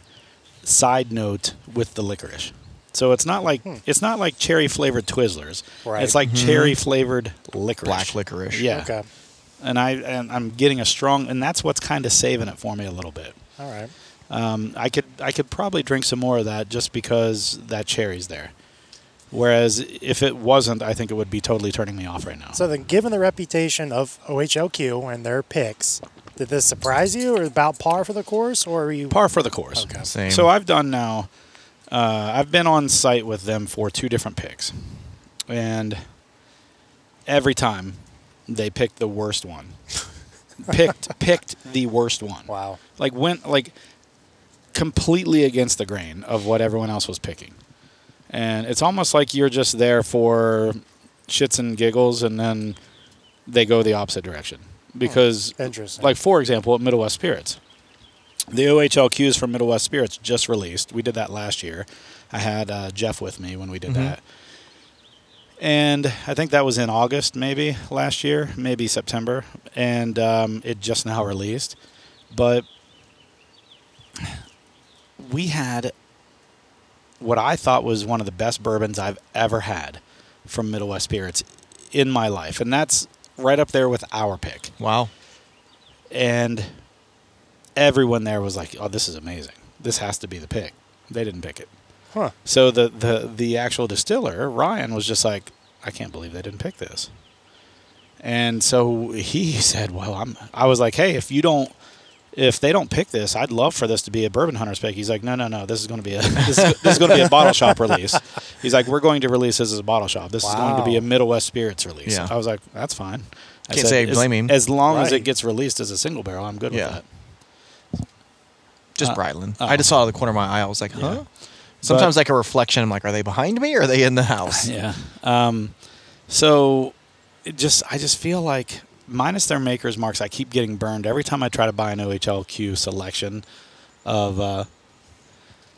Speaker 3: side note with the licorice. So it's not like it's not like cherry flavored Twizzlers.
Speaker 4: Hmm. Right.
Speaker 3: It's like cherry flavored licorice.
Speaker 2: Mm-hmm. Black licorice.
Speaker 3: Yeah.
Speaker 4: Okay.
Speaker 3: And I and I'm getting a strong and that's what's kind of saving it for me a little bit.
Speaker 4: All right.
Speaker 3: Um, I could I could probably drink some more of that just because that cherry's there. Whereas if it wasn't, I think it would be totally turning me off right now.
Speaker 4: So then, given the reputation of OHLQ and their picks, did this surprise you or about par for the course, or are you?
Speaker 3: Par for the course.
Speaker 4: Okay.
Speaker 2: Same.
Speaker 3: So I've done now. Uh, I've been on site with them for two different picks, and every time they picked the worst one. picked picked the worst one.
Speaker 4: Wow.
Speaker 3: Like went like completely against the grain of what everyone else was picking. And it's almost like you're just there for shits and giggles and then they go the opposite direction. Because
Speaker 4: Interesting.
Speaker 3: like for example, at Middle West Spirits. The OHLQs from Middle West Spirits just released. We did that last year. I had uh, Jeff with me when we did that. And I think that was in August, maybe last year, maybe September. And um, it just now released. But we had what I thought was one of the best bourbons I've ever had from Middle West Spirits in my life. And that's right up there with our pick
Speaker 2: Wow.
Speaker 3: and everyone there was like, "Oh, this is amazing. This has to be the pick." They didn't pick it.
Speaker 4: Huh.
Speaker 3: So the the the actual distiller, Ryan, was just like, "I can't believe they didn't pick this." And so he said, "Well, I'm." I was like, "Hey, if you don't." If they don't pick this, I'd love for this to be a bourbon hunter's pick. He's like, no, no, no. This is going to be a this is, this is going to be a bottle shop release. He's like, we're going to release this as a bottle shop. This is going to be a
Speaker 4: Wow.
Speaker 3: Middle West Spirits release.
Speaker 2: Yeah.
Speaker 3: I was like, that's fine. I
Speaker 2: Can't say I
Speaker 3: as-
Speaker 2: blame him.
Speaker 3: As long as it
Speaker 4: Right.
Speaker 3: gets released as a single barrel, I'm good
Speaker 2: Yeah.
Speaker 3: with that.
Speaker 2: Just
Speaker 3: Uh,
Speaker 2: bridling.
Speaker 3: oh.
Speaker 2: I just saw out of the corner of my eye. I was like, huh?
Speaker 3: Yeah.
Speaker 2: Sometimes like a reflection. I'm like, are they behind me or are they in the house?
Speaker 3: Yeah. Um, so it just I just feel like minus their makers marks, I keep getting burned every time I try to buy an OHLQ selection of uh,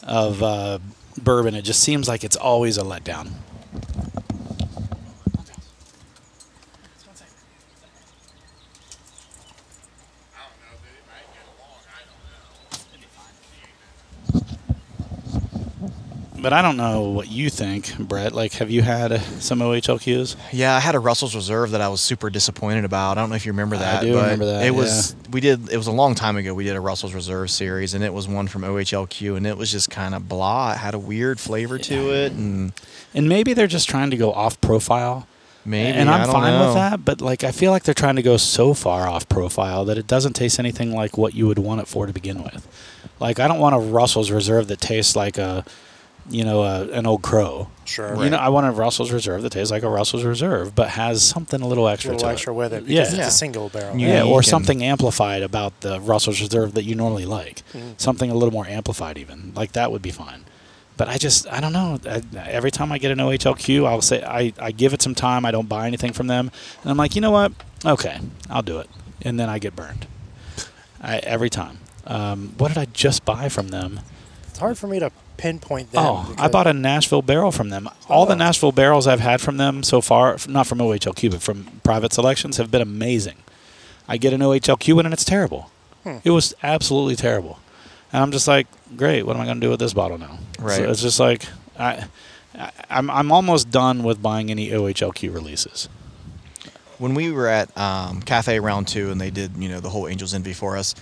Speaker 3: of uh, bourbon. It just seems like it's always a letdown. But I don't know what you think, Brett. Like, have you had uh, some OHLQs?
Speaker 2: Yeah, I had a Russell's Reserve that I was super disappointed about. I don't know if you remember that.
Speaker 3: do
Speaker 2: but
Speaker 3: remember that,
Speaker 2: It was we did it was a long time ago. We did a Russell's Reserve series, and it was one from OHLQ, and it was just kind of blah. It had a weird flavor to it, and
Speaker 3: And maybe they're just trying to go off profile.
Speaker 2: maybe
Speaker 3: and I'm
Speaker 2: I don't
Speaker 3: fine
Speaker 2: know.
Speaker 3: with that, but like I feel like they're trying to go so far off profile that it doesn't taste anything like what you would want it for to begin with. Like I don't want a Russell's Reserve that tastes like a, you know, a, an old crow.
Speaker 4: Sure.
Speaker 3: You know, I want a Russell's Reserve that tastes like a Russell's Reserve, but has something a little
Speaker 4: a
Speaker 3: extra
Speaker 4: little
Speaker 3: to
Speaker 4: extra
Speaker 3: it.
Speaker 4: with it
Speaker 3: Yeah.
Speaker 4: because
Speaker 2: Yeah.
Speaker 4: it's a single barrel.
Speaker 2: You-
Speaker 4: right?
Speaker 3: Yeah,
Speaker 2: unique
Speaker 3: or
Speaker 2: and-
Speaker 3: something amplified about the Russell's Reserve that you normally like. Something a little more amplified, even like that would be fine. But I just I don't know. I, every time I get an OHLQ, I'll say I, I give it some time. I don't buy anything from them, and I'm like, you know what? Okay, I'll do it, and then I get burned. I, every time. Um, what did I just buy from them?
Speaker 4: It's hard for me to pinpoint them.
Speaker 3: oh, I bought a Nashville barrel from them. All the
Speaker 4: Oh.
Speaker 3: Nashville barrels I've had from them so far, f- not from OHLQ, but from private selections, have been amazing. I get an OHLQ one and it's terrible. It was absolutely terrible. And I'm just like, great, what am I going to do with this bottle now?
Speaker 2: Right.
Speaker 3: So it's just like, I, I, I'm, I'm almost done with buying any OHLQ releases.
Speaker 2: when we were at um, Cafe Round Two, and they did you know the whole Angels Envy for us,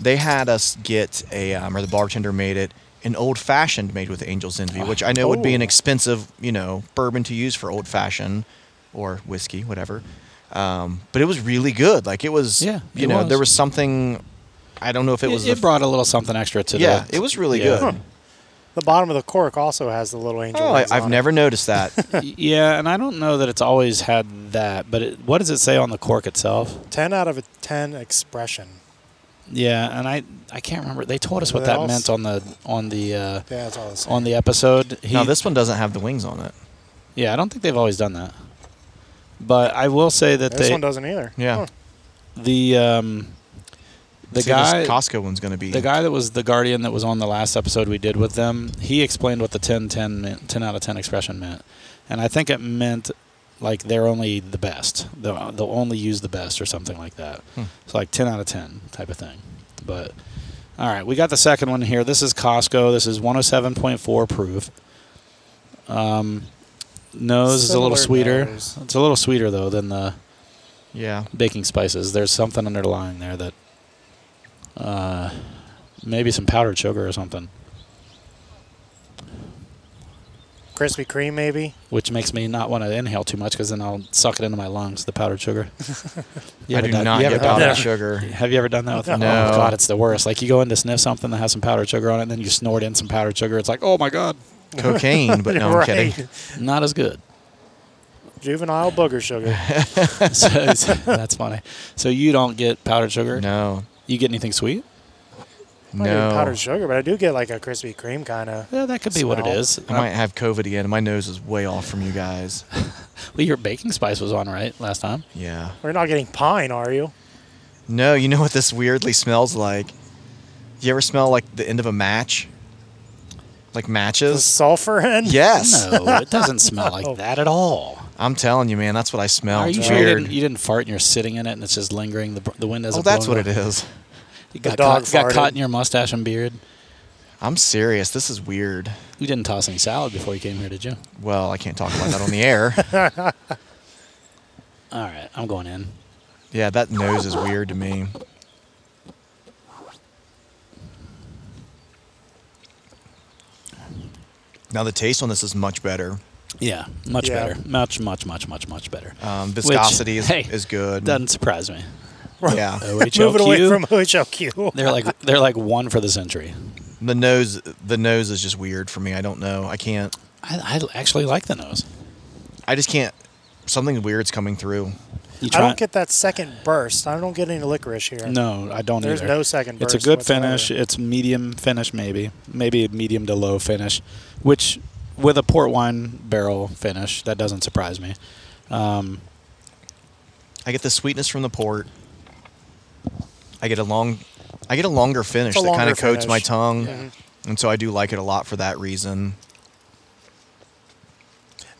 Speaker 2: they had us get a um, or the bartender made it an old fashioned made with Angels Envy,
Speaker 3: Ah,
Speaker 2: which I know would be an
Speaker 4: Oh.
Speaker 2: expensive you know bourbon to use for old fashioned or whiskey, whatever. Um, but it was really good. Like it was,
Speaker 3: Yeah,
Speaker 2: you
Speaker 3: it
Speaker 2: know,
Speaker 3: was.
Speaker 2: there was something. I don't know if it,
Speaker 3: It,
Speaker 2: was.
Speaker 3: it
Speaker 2: the-
Speaker 3: brought a little something extra to
Speaker 2: yeah,
Speaker 3: the.
Speaker 2: it was really
Speaker 3: Yeah.
Speaker 2: good.
Speaker 3: Huh.
Speaker 4: The bottom of the cork also has the little angel.
Speaker 2: Oh, I,
Speaker 4: wings
Speaker 2: I've
Speaker 4: on it.
Speaker 2: never noticed that.
Speaker 3: yeah, and I don't know that it's always had that, but it, what does it say on the cork itself?
Speaker 4: Ten out of a ten expression.
Speaker 3: Yeah, and I I can't remember. They told us what
Speaker 4: Anything
Speaker 3: that
Speaker 4: else?
Speaker 3: meant on the on the uh,
Speaker 4: Yeah, that's all. it's
Speaker 3: on the episode. He,
Speaker 2: now this one doesn't have the wings on it.
Speaker 3: yeah, I don't think they've always done that. But I will say that
Speaker 4: This
Speaker 3: they,
Speaker 4: one doesn't either.
Speaker 2: Yeah.
Speaker 4: Huh.
Speaker 3: the um, the
Speaker 2: So this
Speaker 3: guy
Speaker 2: Costco one's going to be
Speaker 3: the guy that was the guardian that was on the last episode we did with them, he explained what the 10, 10, meant, 10 out of 10 expression meant. And I think it meant like they're only the best. They'll, they'll only use the best or something like that.
Speaker 2: Hmm.
Speaker 3: So like 10 out of 10 type of thing. But all right, we got the second one here. This is Costco. This is 107.4 proof. Um, nose is a
Speaker 4: Similar
Speaker 3: little sweeter.
Speaker 4: nose.
Speaker 3: It's a little sweeter though than the
Speaker 2: Yeah,
Speaker 3: baking spices. There's something underlying there that uh, maybe some powdered sugar or something,
Speaker 4: Krispy Kreme maybe.
Speaker 3: which makes me not want to inhale too much because then I'll suck it into my lungs, the powdered sugar. You
Speaker 2: I
Speaker 3: ever
Speaker 2: do
Speaker 3: done-
Speaker 2: not
Speaker 3: you ever
Speaker 2: get
Speaker 3: done
Speaker 2: powdered
Speaker 4: that?
Speaker 2: sugar.
Speaker 3: that? Have you ever done that with
Speaker 2: No.
Speaker 3: Oh, God, it's the worst. Like you go in to sniff something that has some powdered sugar on it, and then you snort in some powdered sugar. It's like, oh my God,
Speaker 2: cocaine, but no, I'm
Speaker 4: Right.
Speaker 2: kidding.
Speaker 3: not as good.
Speaker 4: juvenile booger sugar.
Speaker 3: So it's- that's funny. So you don't get powdered sugar.
Speaker 2: No,
Speaker 3: You get anything sweet?
Speaker 4: I don't get
Speaker 2: no.
Speaker 4: powdered sugar, but I do get like a Krispy Kreme kind of.
Speaker 3: Yeah, that could be what it
Speaker 4: Smell.
Speaker 3: is.
Speaker 2: I might have COVID again. My nose is way off from you guys.
Speaker 3: Well, your baking spice was on right last time.
Speaker 2: Yeah.
Speaker 4: We're not getting pine, are you?
Speaker 2: No, you know what this weirdly smells like? You ever smell like the end of a match? Like
Speaker 4: The
Speaker 2: matches?
Speaker 4: sulfur in?
Speaker 2: Yes.
Speaker 3: No, it doesn't smell like that at all.
Speaker 2: I'm telling you, man, that's what I smell.
Speaker 3: Are
Speaker 2: It's
Speaker 3: you sure you
Speaker 2: weird.
Speaker 3: didn't, you didn't fart and you're sitting in it and it's just lingering? The, br- the wind
Speaker 2: Oh,
Speaker 3: hasn't.
Speaker 2: that's what
Speaker 3: blown
Speaker 2: it is.
Speaker 3: You got,
Speaker 4: The dog
Speaker 3: caught, got
Speaker 4: farted.
Speaker 3: caught in your mustache and beard.
Speaker 2: I'm serious. This is weird.
Speaker 3: You didn't toss any salad before you came here, did you?
Speaker 2: Well, I can't talk about that on the air.
Speaker 3: All right, I'm going in.
Speaker 2: Yeah, that nose is weird to me. Now the taste on this is much better.
Speaker 3: Yeah, much
Speaker 4: Yeah.
Speaker 3: better. Much, much, much, much, much better.
Speaker 2: Um,
Speaker 3: Which,
Speaker 2: viscosity is,
Speaker 3: hey,
Speaker 2: is good.
Speaker 3: Doesn't surprise me.
Speaker 2: Yeah,
Speaker 4: Move it away
Speaker 3: OHLQ,
Speaker 4: from OHLQ.
Speaker 3: They're like they're like one for the century.
Speaker 2: the nose the nose is just weird for me. I don't know. I can't.
Speaker 3: I, I actually like the nose.
Speaker 2: I just can't. Something weird's coming through.
Speaker 3: You
Speaker 4: I
Speaker 3: try-
Speaker 4: don't get that second burst. I don't get any licorice here.
Speaker 3: No, I don't
Speaker 4: There's
Speaker 3: either.
Speaker 4: no second
Speaker 3: It's a
Speaker 4: burst
Speaker 3: good
Speaker 4: whatsoever.
Speaker 3: finish. It's medium finish, maybe, maybe a medium to low finish, which with a port wine barrel finish, that doesn't surprise me. Um,
Speaker 2: I get the sweetness from the port. I get a long, I get a longer finish
Speaker 4: It's a
Speaker 2: that kind
Speaker 4: longer
Speaker 2: of coats my
Speaker 4: finish.
Speaker 2: tongue, and so I do like it a lot for that reason.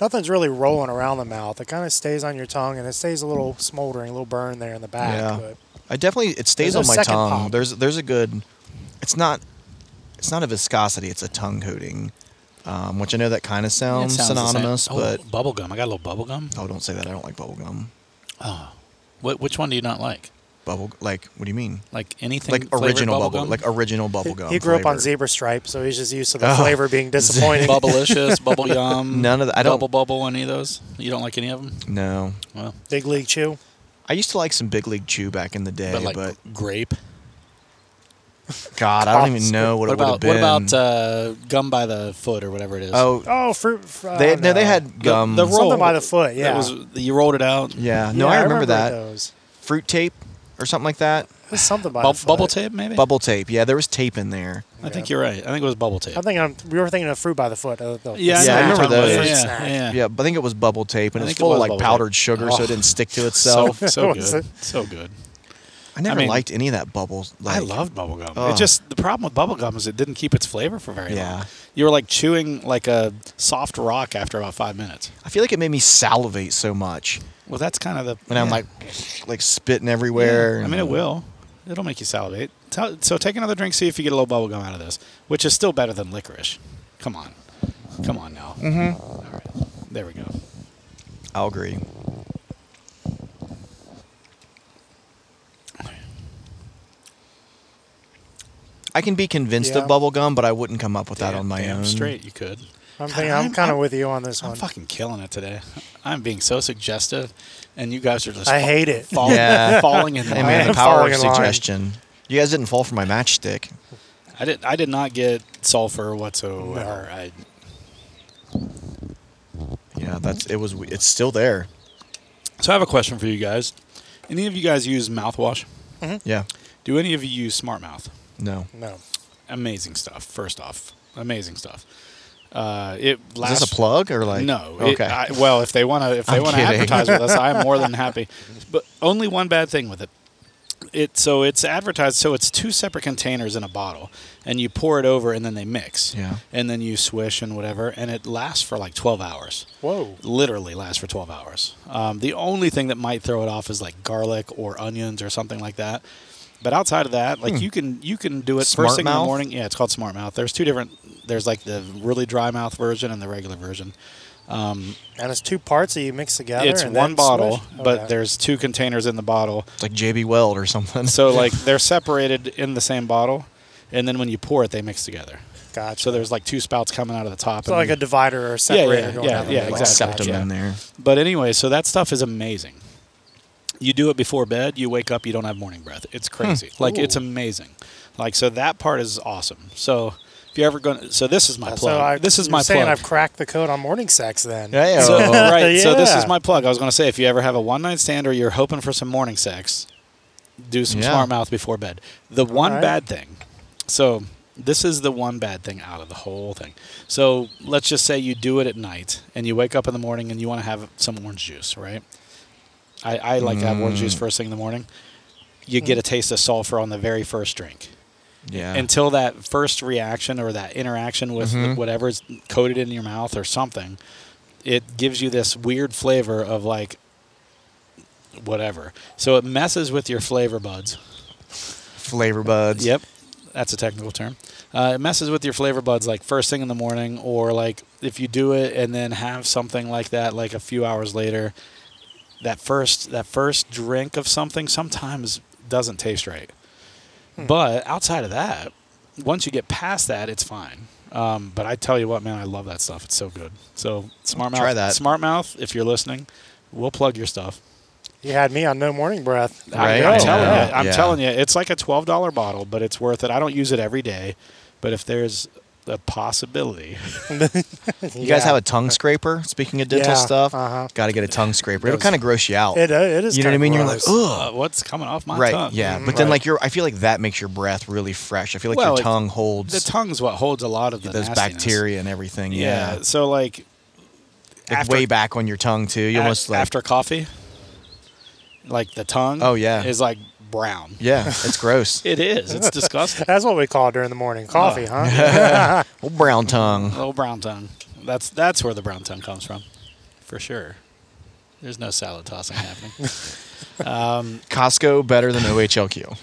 Speaker 4: Nothing's really rolling around the mouth. It kind of stays on your tongue and it stays a little smoldering, a little burn there in the back.
Speaker 2: Yeah.
Speaker 4: But
Speaker 2: I definitely it stays
Speaker 4: There's
Speaker 2: on
Speaker 4: no
Speaker 2: my
Speaker 4: second
Speaker 2: tongue.
Speaker 4: pop.
Speaker 2: There's there's a good. It's not. It's not a viscosity. It's a tongue coating, um, which I know that kind of
Speaker 3: it
Speaker 2: sounds,
Speaker 3: sounds the same.
Speaker 2: Um, synonymous,
Speaker 3: Oh,
Speaker 2: but
Speaker 3: bubble gum. I got a little bubble gum.
Speaker 2: oh, don't say that. I don't like bubble gum.
Speaker 3: Wh- which one do you not like?
Speaker 2: Bubble like what do you mean?
Speaker 3: Like anything?
Speaker 2: Like
Speaker 3: flavored
Speaker 2: original
Speaker 3: bubble
Speaker 2: bubble,
Speaker 3: gum?
Speaker 2: like original bubble gum.
Speaker 4: he grew up on
Speaker 2: flavored.
Speaker 4: zebra stripe, so he's just used to the
Speaker 2: Oh.
Speaker 4: flavor being disappointing.
Speaker 3: Bubblicious, bubble yum.
Speaker 2: None of the- I don't-
Speaker 3: bubble bubble. Any of those? You don't like any of them?
Speaker 2: No,
Speaker 3: Well,
Speaker 4: Big league chew.
Speaker 2: I used to like some big league chew back in the day,
Speaker 3: but
Speaker 2: but,
Speaker 3: like grape.
Speaker 2: God, I don't even know what,
Speaker 3: What
Speaker 2: it would
Speaker 3: about
Speaker 2: have been.
Speaker 3: what about uh, gum by the foot or whatever it is?
Speaker 2: oh,
Speaker 4: Oh, fruit. fr- oh,
Speaker 2: they no, they had
Speaker 3: The-
Speaker 2: gum.
Speaker 3: the roll.
Speaker 4: something by the foot.
Speaker 3: That
Speaker 4: Yeah.
Speaker 3: was you rolled it out.
Speaker 2: yeah, no,
Speaker 4: Yeah,
Speaker 2: I, remember that
Speaker 4: Those.
Speaker 2: fruit tape or something like that.
Speaker 4: It was something by
Speaker 3: Bub-
Speaker 4: the foot.
Speaker 3: bubble tape, maybe.
Speaker 2: Bubble tape. Yeah, there was tape in there.
Speaker 3: I think you're right. I think it was bubble tape.
Speaker 4: I think I'm, we were thinking of fruit by the foot. uh, the- the
Speaker 3: yeah,
Speaker 2: Yeah, I
Speaker 4: snack.
Speaker 2: remember
Speaker 4: Fruit
Speaker 2: those.
Speaker 3: Yeah,
Speaker 4: snack.
Speaker 3: yeah, yeah.
Speaker 2: Yeah, but I think it was bubble tape, and it
Speaker 3: I
Speaker 2: was
Speaker 3: think it
Speaker 2: full of
Speaker 3: was
Speaker 2: like
Speaker 3: bubble
Speaker 2: powdered
Speaker 3: tape.
Speaker 2: sugar, so it didn't stick to
Speaker 3: So
Speaker 2: itself.
Speaker 3: so
Speaker 4: Was
Speaker 3: good.
Speaker 4: it-
Speaker 3: So good.
Speaker 2: I never
Speaker 3: mean-
Speaker 2: liked any of that bubble. Like,
Speaker 3: I love bubble gum.
Speaker 2: Ugh.
Speaker 3: It just the problem with bubble gum is it didn't keep its flavor for very
Speaker 2: Yeah.
Speaker 3: long. You were like chewing like a soft rock after about five minutes.
Speaker 2: I feel like it made me salivate so much,
Speaker 3: Well, that's kind of the.
Speaker 2: and I'm
Speaker 3: yeah.
Speaker 2: like, like spitting
Speaker 3: Yeah.
Speaker 2: everywhere.
Speaker 3: I
Speaker 2: and-
Speaker 3: mean, it will. It'll make you salivate. Tell- So take another drink, see if you get a little bubble gum out of this, which is still better than licorice. Come on, come on now. Mm-hmm. right. There we go.
Speaker 2: I'll agree. I can be convinced
Speaker 4: Yeah.
Speaker 2: of bubble gum, but I wouldn't come up with that
Speaker 3: Damn-
Speaker 2: on my
Speaker 3: damn
Speaker 2: own.
Speaker 3: Straight, you could.
Speaker 4: I'm thinking
Speaker 3: I'm-
Speaker 4: I'm, kind
Speaker 3: I'm-
Speaker 4: of with you on this
Speaker 3: I'm
Speaker 4: one.
Speaker 3: fucking killing it today. I'm being so suggestive, and you guys are just.
Speaker 4: I
Speaker 3: fa-
Speaker 4: hate it.
Speaker 3: Falling,
Speaker 2: Yeah.
Speaker 3: falling in
Speaker 2: Hey
Speaker 3: line.
Speaker 2: man,
Speaker 4: am
Speaker 2: the power
Speaker 4: falling
Speaker 2: of
Speaker 4: in line.
Speaker 2: suggestion. You guys didn't fall for my matchstick.
Speaker 3: I did. I did not get sulfur whatsoever. I,
Speaker 2: Yeah, that's it was. we- It's still there.
Speaker 3: so I have a question for you guys. Any of you guys use mouthwash? Hmm.
Speaker 2: Yeah.
Speaker 3: Do any of you use Smart Mouth?
Speaker 2: No.
Speaker 4: No.
Speaker 3: Amazing stuff. First off, amazing stuff. Uh, it
Speaker 2: Is
Speaker 3: lasts.
Speaker 2: this a plug or like?
Speaker 3: No. it-
Speaker 2: Okay.
Speaker 3: I, well, if they want to, if they
Speaker 2: I'm
Speaker 3: want to
Speaker 2: kidding.
Speaker 3: advertise with us, I'm more than happy. But only one bad thing with it. It so it's advertised. So it's two separate containers in a bottle, and you pour it over, and then they mix.
Speaker 2: Yeah.
Speaker 3: And then you swish and whatever, and it lasts for like 12 hours.
Speaker 4: Whoa.
Speaker 3: Literally lasts for 12 hours. Um, the only thing that might throw it off is like garlic or onions or something like that. But outside of that, like you can you can do
Speaker 2: Hmm.
Speaker 3: it
Speaker 2: Smart
Speaker 3: first thing in
Speaker 2: Mouth?
Speaker 3: the morning. Yeah, it's called Smart Mouth. There's two different. There's like the really dry mouth version and the regular version.
Speaker 4: And it's two parts that you mix together.
Speaker 3: It's
Speaker 4: and Oh,
Speaker 3: one
Speaker 4: then
Speaker 3: bottle,
Speaker 4: swish?
Speaker 3: but
Speaker 4: Okay.
Speaker 3: there's two containers in the bottle.
Speaker 2: it's like JB Weld or something.
Speaker 3: So like they're separated in the same bottle, and then when you pour it, they mix together.
Speaker 4: Gotcha.
Speaker 3: So there's like two spouts coming out of the top.
Speaker 4: So like a divider or a separator going
Speaker 3: yeah,
Speaker 4: down the
Speaker 3: yeah,
Speaker 4: middle.
Speaker 2: like
Speaker 3: exactly.
Speaker 2: septum
Speaker 3: Yeah.
Speaker 2: in there.
Speaker 3: but anyway, so that stuff is amazing. You do it before bed, you wake up, you don't have morning breath. It's crazy. Like it's amazing. Like so that part is awesome. So If you're ever going, to, so this is my plug.
Speaker 4: So I,
Speaker 3: this is
Speaker 4: you're
Speaker 3: my
Speaker 4: saying
Speaker 3: plug.
Speaker 4: I've cracked the code on morning sex then.
Speaker 2: Yeah, yeah.
Speaker 3: So, right. So this
Speaker 4: Yeah.
Speaker 3: is my plug. I was going to say, if you ever have a one night stand or you're hoping for some morning sex, do some
Speaker 2: Yeah.
Speaker 3: smart mouth before bed. The one
Speaker 4: right.
Speaker 3: bad thing. So this is the one bad thing out of the whole thing. So let's just say you do it at night and you wake up in the morning and you want to have some orange juice, right? I, I like to have orange juice first thing in the morning. You get a taste of sulfur on the very first drink
Speaker 2: yeah.
Speaker 3: until that first reaction or that interaction with whatever's coated in your mouth or something, it gives you this weird flavor of like whatever. So it messes with your flavor buds.
Speaker 2: flavor buds.
Speaker 3: Yep, that's a technical term. Uh, it messes with your flavor buds like first thing in the morning, or like if you do it and then have something like that like a few hours later. That first that first drink of something sometimes doesn't taste right.
Speaker 2: Hmm.
Speaker 3: But outside of that, once you get past that, it's fine. Um, but I tell you what, man, I love that stuff. It's so good. So smart mouth,
Speaker 2: Try that.
Speaker 3: smart mouth. If you're listening, we'll plug your stuff.
Speaker 4: You had me on no morning breath.
Speaker 2: Right?
Speaker 3: I, am
Speaker 2: Yeah.
Speaker 3: telling you, I'm
Speaker 2: Yeah.
Speaker 3: telling you, it's like a twelve dollar bottle, but it's worth it. I don't use it every day, but if there's a possibility,
Speaker 2: You guys have a tongue scraper? Speaking of dental
Speaker 4: Yeah,
Speaker 2: stuff,
Speaker 4: uh-huh.
Speaker 2: got to get a tongue scraper. It'll
Speaker 3: Those-
Speaker 2: kind of gross you out.
Speaker 4: It, uh, it is.
Speaker 2: you know what I
Speaker 4: kinda
Speaker 2: mean? You're like,
Speaker 4: gross.
Speaker 2: ugh.
Speaker 3: uh, what's coming off my
Speaker 2: Right.
Speaker 3: tongue?
Speaker 2: Yeah. But then,
Speaker 3: Right.
Speaker 2: like, your I feel like that makes your breath really fresh. I feel like
Speaker 3: Well,
Speaker 2: your
Speaker 3: it-
Speaker 2: tongue holds
Speaker 3: the tongue's what holds a lot of the
Speaker 2: those
Speaker 3: nastiness.
Speaker 2: bacteria and everything.
Speaker 3: Yeah.
Speaker 2: Yeah.
Speaker 3: So like,
Speaker 2: Like,
Speaker 3: after-
Speaker 2: way back on your tongue too. You
Speaker 3: a-
Speaker 2: almost like
Speaker 3: after coffee, like the tongue.
Speaker 2: Oh, yeah.
Speaker 3: is like brown.
Speaker 2: yeah, it's gross.
Speaker 3: It is. It's disgusting.
Speaker 4: That's what we call it during the morning coffee,
Speaker 3: Oh.
Speaker 4: huh?
Speaker 2: Old brown tongue.
Speaker 3: Little brown tongue. That's that's where the brown tongue comes from, for sure. There's no salad tossing happening.
Speaker 2: Costco better than OHLQ.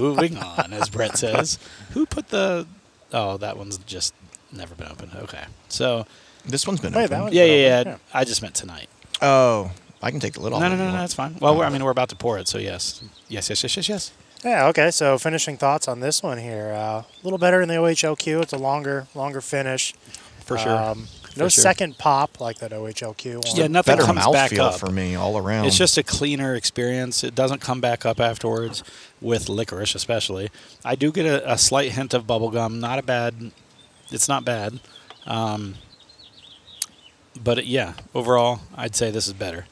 Speaker 3: Moving on, as Brett says. Who put the? Oh, that one's just never been opened. Okay, so
Speaker 2: This one's been
Speaker 4: Wait,
Speaker 2: open.
Speaker 4: that one's-
Speaker 3: yeah, yeah, yeah.
Speaker 4: Yeah.
Speaker 3: I just meant tonight.
Speaker 2: Oh, I can take the lid
Speaker 3: No,
Speaker 2: off.
Speaker 3: no,
Speaker 2: if
Speaker 3: no,
Speaker 2: you
Speaker 3: no.
Speaker 2: want.
Speaker 3: That's fine. Uh, Well, we're, I mean, we're about to pour it, so yes, yes, yes, yes, yes, yes.
Speaker 4: Yeah, okay. So finishing thoughts on this one here. Uh, A little better in the OHLQ. It's a longer, longer finish. Um,
Speaker 3: For sure.
Speaker 4: no
Speaker 3: For sure.
Speaker 4: second pop like that OHLQ one.
Speaker 3: Yeah, nothing
Speaker 2: Better
Speaker 3: comes back
Speaker 2: mouthfeel
Speaker 3: up.
Speaker 2: for me all around.
Speaker 3: It's just a cleaner experience. It doesn't come back up afterwards with licorice, especially. I do get a, a slight hint of bubblegum. Not a bad. It's not bad. Um, but it, yeah, overall, I'd say this is better.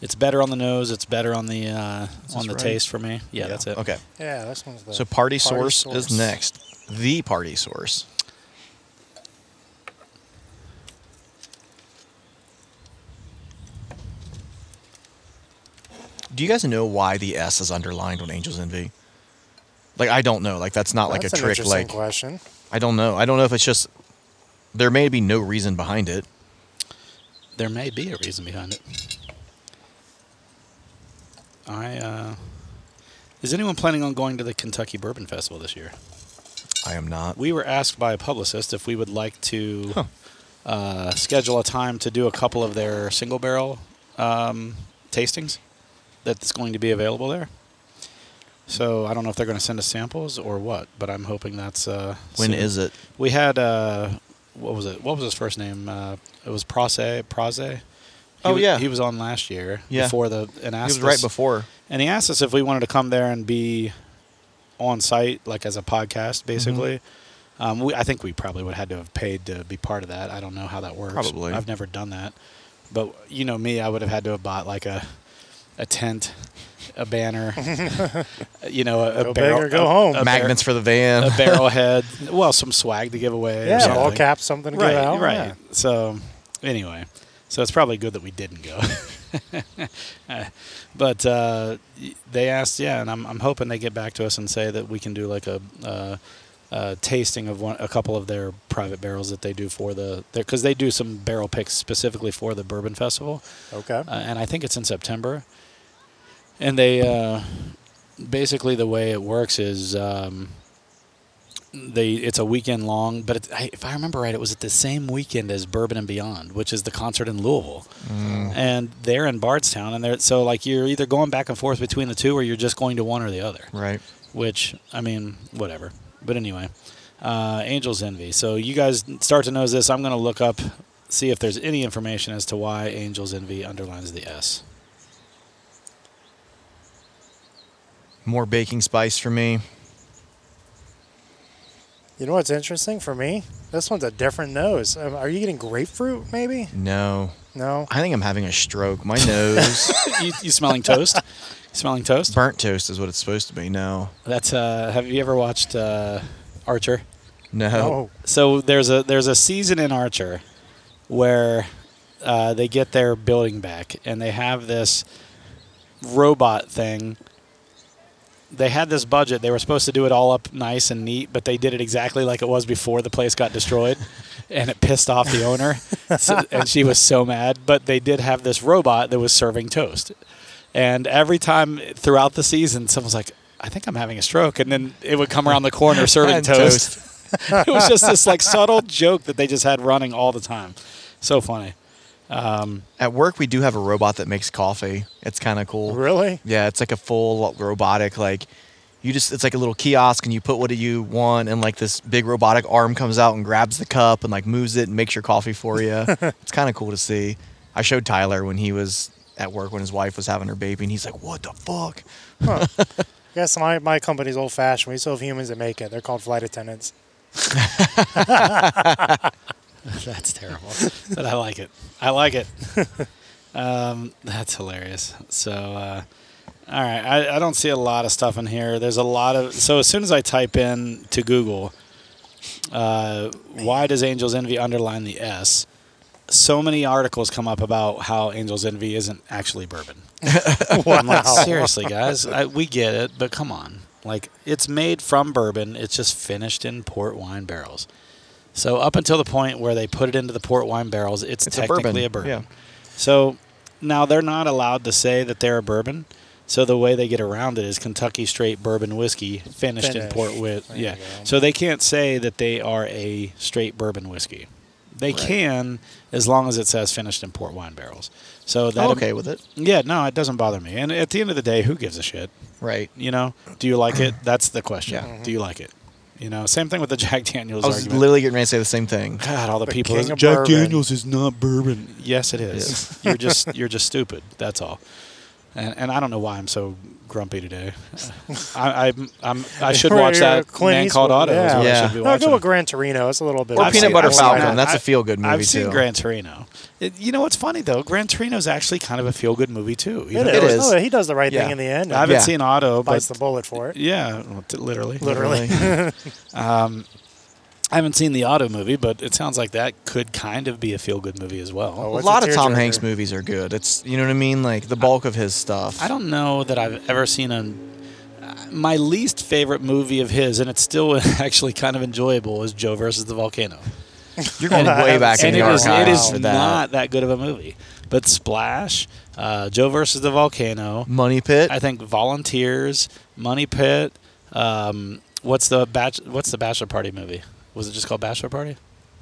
Speaker 3: It's better on the nose. It's better on the uh, on the
Speaker 2: right?
Speaker 3: taste for me. Yeah, that's it.
Speaker 2: Okay.
Speaker 4: Yeah, this one's the
Speaker 2: So party, source, is next. The party source. Do you guys know why the S is underlined on Angels Envy? Like I don't know. Like that's not like
Speaker 4: That's
Speaker 2: a
Speaker 4: an
Speaker 2: trick.
Speaker 4: interesting
Speaker 2: Like
Speaker 4: question.
Speaker 2: I don't know. I don't know if it's just there may be no reason behind it.
Speaker 3: There may be a reason behind it. I uh, is anyone planning on going to the Kentucky Bourbon Festival this year?
Speaker 2: I am not.
Speaker 3: We were asked by a publicist if we would like to uh, schedule a time to do a couple of their single barrel um, tastings that's going to be available there. So I don't know if they're going to send us samples or what, but I'm hoping that's. Uh,
Speaker 2: When
Speaker 3: soon.
Speaker 2: is it?
Speaker 3: We had uh, what was it? What was his first name? Uh, it was Prase. Prase. He
Speaker 2: Oh,
Speaker 3: wa-
Speaker 2: yeah.
Speaker 3: he was on last year
Speaker 2: Yeah.
Speaker 3: before the and
Speaker 2: It
Speaker 3: asked
Speaker 2: was right
Speaker 3: us-
Speaker 2: before.
Speaker 3: and he asked us if we wanted to come there and be on site, like as a
Speaker 2: Mm-hmm.
Speaker 3: podcast, basically. Um, we, I think we probably would have had to have paid to be part of that. I don't know how that works.
Speaker 2: Probably.
Speaker 3: I've never done that. But you know me, I would have had to have bought like a a tent, a banner, you know, a, a
Speaker 4: Go big
Speaker 3: barrel,
Speaker 4: or go
Speaker 3: a-
Speaker 4: home.
Speaker 3: a,
Speaker 2: Magnets for the van.
Speaker 3: bar- a barrel head, well, some swag to give away. or
Speaker 4: Yeah,
Speaker 3: something.
Speaker 4: all caps, something to
Speaker 3: Right,
Speaker 4: give out.
Speaker 3: right.
Speaker 4: yeah.
Speaker 3: So anyway, so it's probably good that we didn't go. but uh, y- they asked, yeah, and I'm, I'm hoping they get back to us and say that we can do like a, uh, a tasting of one, a couple of their private barrels that they do for the because they do some barrel picks specifically for the bourbon festival
Speaker 4: Okay.
Speaker 3: uh, and I think it's in September. And they uh, basically the way it works is um, they it's a weekend long, but it's, I, if I remember right, it was at the same weekend as Bourbon and Beyond, which is the concert in Louisville, and they're in Bardstown, and they're so like you're either going back and forth between the two, or you're just going to one or the other
Speaker 2: Right.
Speaker 3: which I mean, whatever. But anyway, uh, Angels Envy. So you guys start to notice this. I'm going to look up, see if there's any information as to why Angels Envy underlines the S.
Speaker 2: More baking spice for me.
Speaker 4: You know what's interesting for me? This one's a different nose. Um, are you getting grapefruit? Maybe?
Speaker 2: No,
Speaker 4: No.
Speaker 2: I think I'm having a stroke. My nose,
Speaker 3: you, you smelling toast? smelling toast?
Speaker 2: burnt toast is what it's supposed to be. No,
Speaker 3: That's. Uh, have you ever watched uh, Archer?
Speaker 2: no.
Speaker 4: Oh,
Speaker 3: So there's a there's a season in Archer where uh, they get their building back and they have this robot thing. They had this budget. They were supposed to do it all up nice and neat, but they did it exactly like it was before the place got destroyed, and it pissed off the owner. So- and she was so mad. But they did have this robot that was serving toast, and every time throughout the season, someone's like, "I think I'm having a stroke," and then it would come around the corner serving
Speaker 2: And
Speaker 3: toast it was just this like subtle joke that they just had running all the time. So funny.
Speaker 2: At work, we do have a robot that makes coffee. It's kind of cool.
Speaker 4: really?
Speaker 2: Yeah, it's like a full robotic like you just it's like a little kiosk and you put what do you want and like this big robotic arm comes out and grabs the cup and like moves it and makes your coffee for you. it's kind of cool to see. I showed Tyler when he was at work when his wife was having her baby and he's like, "What the fuck?"
Speaker 4: Yes, my, my company's old fashioned. We still have humans that make it. They're called flight attendants.
Speaker 3: That's terrible, but I like it. I like it. um, that's hilarious. So, uh, all right, I, I don't see a lot of stuff in here. There's a lot of so as soon as I type in to Google, uh, why does Angels Envy underline the S? So many articles come up about how Angels Envy isn't actually bourbon. I'm like, seriously, guys, I, we get it, but come on. Like, it's made from bourbon. It's just finished in port wine barrels. So up until the point where they put it into the port wine barrels, it's,
Speaker 2: It's a bourbon,
Speaker 3: technically a bourbon.
Speaker 2: yeah.
Speaker 3: So now they're not allowed to say that they're a bourbon. So the way they get around it is Kentucky straight bourbon whiskey finished, in
Speaker 4: Finished.
Speaker 3: port wit.
Speaker 4: There you
Speaker 3: Yeah.
Speaker 4: go.
Speaker 3: So they can't say that they are a straight bourbon whiskey. They can as long as it says finished in port wine barrels. So that
Speaker 2: I'm okay with it.
Speaker 3: yeah, no, it doesn't bother me. And at the end of the day, who gives a shit?
Speaker 2: Right.
Speaker 3: You know, do you like it? That's the question.
Speaker 2: Yeah. Mhm.
Speaker 3: Do you like it? You know, same thing with the Jack Daniels
Speaker 2: I was
Speaker 3: argument.
Speaker 2: literally getting ready to say the same thing.
Speaker 3: God, all the,
Speaker 4: The
Speaker 3: people.
Speaker 4: king of Jack bourbon. Daniels
Speaker 3: is not bourbon. Yes, it is.
Speaker 2: is.
Speaker 3: you're just you're just stupid. That's all. And, and I don't know why I'm so grumpy today. I I'm, I'm, I should
Speaker 4: Where
Speaker 3: watch
Speaker 4: you're
Speaker 3: that
Speaker 4: Clint
Speaker 3: Man Called
Speaker 4: Eastwood,
Speaker 3: Auto. is
Speaker 4: yeah.
Speaker 3: what I
Speaker 2: Yeah.
Speaker 3: should be
Speaker 4: No,
Speaker 3: watching.
Speaker 4: go with Gran Torino. It's a little bit.
Speaker 2: Or
Speaker 4: of a
Speaker 2: Peanut
Speaker 4: cheat.
Speaker 2: Butter
Speaker 4: I don't like
Speaker 2: Falcon.
Speaker 4: that.
Speaker 2: That's a feel-good movie,
Speaker 3: I've seen
Speaker 2: too.
Speaker 3: Gran Torino. It- you know what's funny though? Gran Torino's actually kind of a feel good movie too. even
Speaker 4: It
Speaker 3: though
Speaker 4: is.
Speaker 2: is.
Speaker 4: No, Oh, he does the right
Speaker 2: Yeah.
Speaker 4: thing in the end.
Speaker 3: I haven't
Speaker 2: Yeah.
Speaker 3: seen Auto, but
Speaker 4: bites the bullet for it.
Speaker 3: yeah, well, t- literally.
Speaker 4: Literally.
Speaker 3: I haven't seen the Auto movie, but it sounds like that could kind of be a feel good movie as well.
Speaker 4: Oh,
Speaker 2: a
Speaker 4: it's
Speaker 2: lot of Tom
Speaker 4: tearjerker.
Speaker 2: Hanks movies are good. It's you know what I mean, like the bulk of his stuff.
Speaker 3: I don't know that I've ever seen a. My least favorite movie of his, and it's still actually kind of enjoyable, is Joe versus the Volcano.
Speaker 2: You're going way back in
Speaker 3: and
Speaker 2: the
Speaker 3: it is, it
Speaker 2: archives
Speaker 3: is
Speaker 2: for that.
Speaker 3: not that good of a movie. But Splash, uh, Joe versus the Volcano,
Speaker 2: Money Pit.
Speaker 3: I think Volunteers, Money Pit. Um, what's the batch? What's the bachelor party movie? Was it just called Bachelor Party?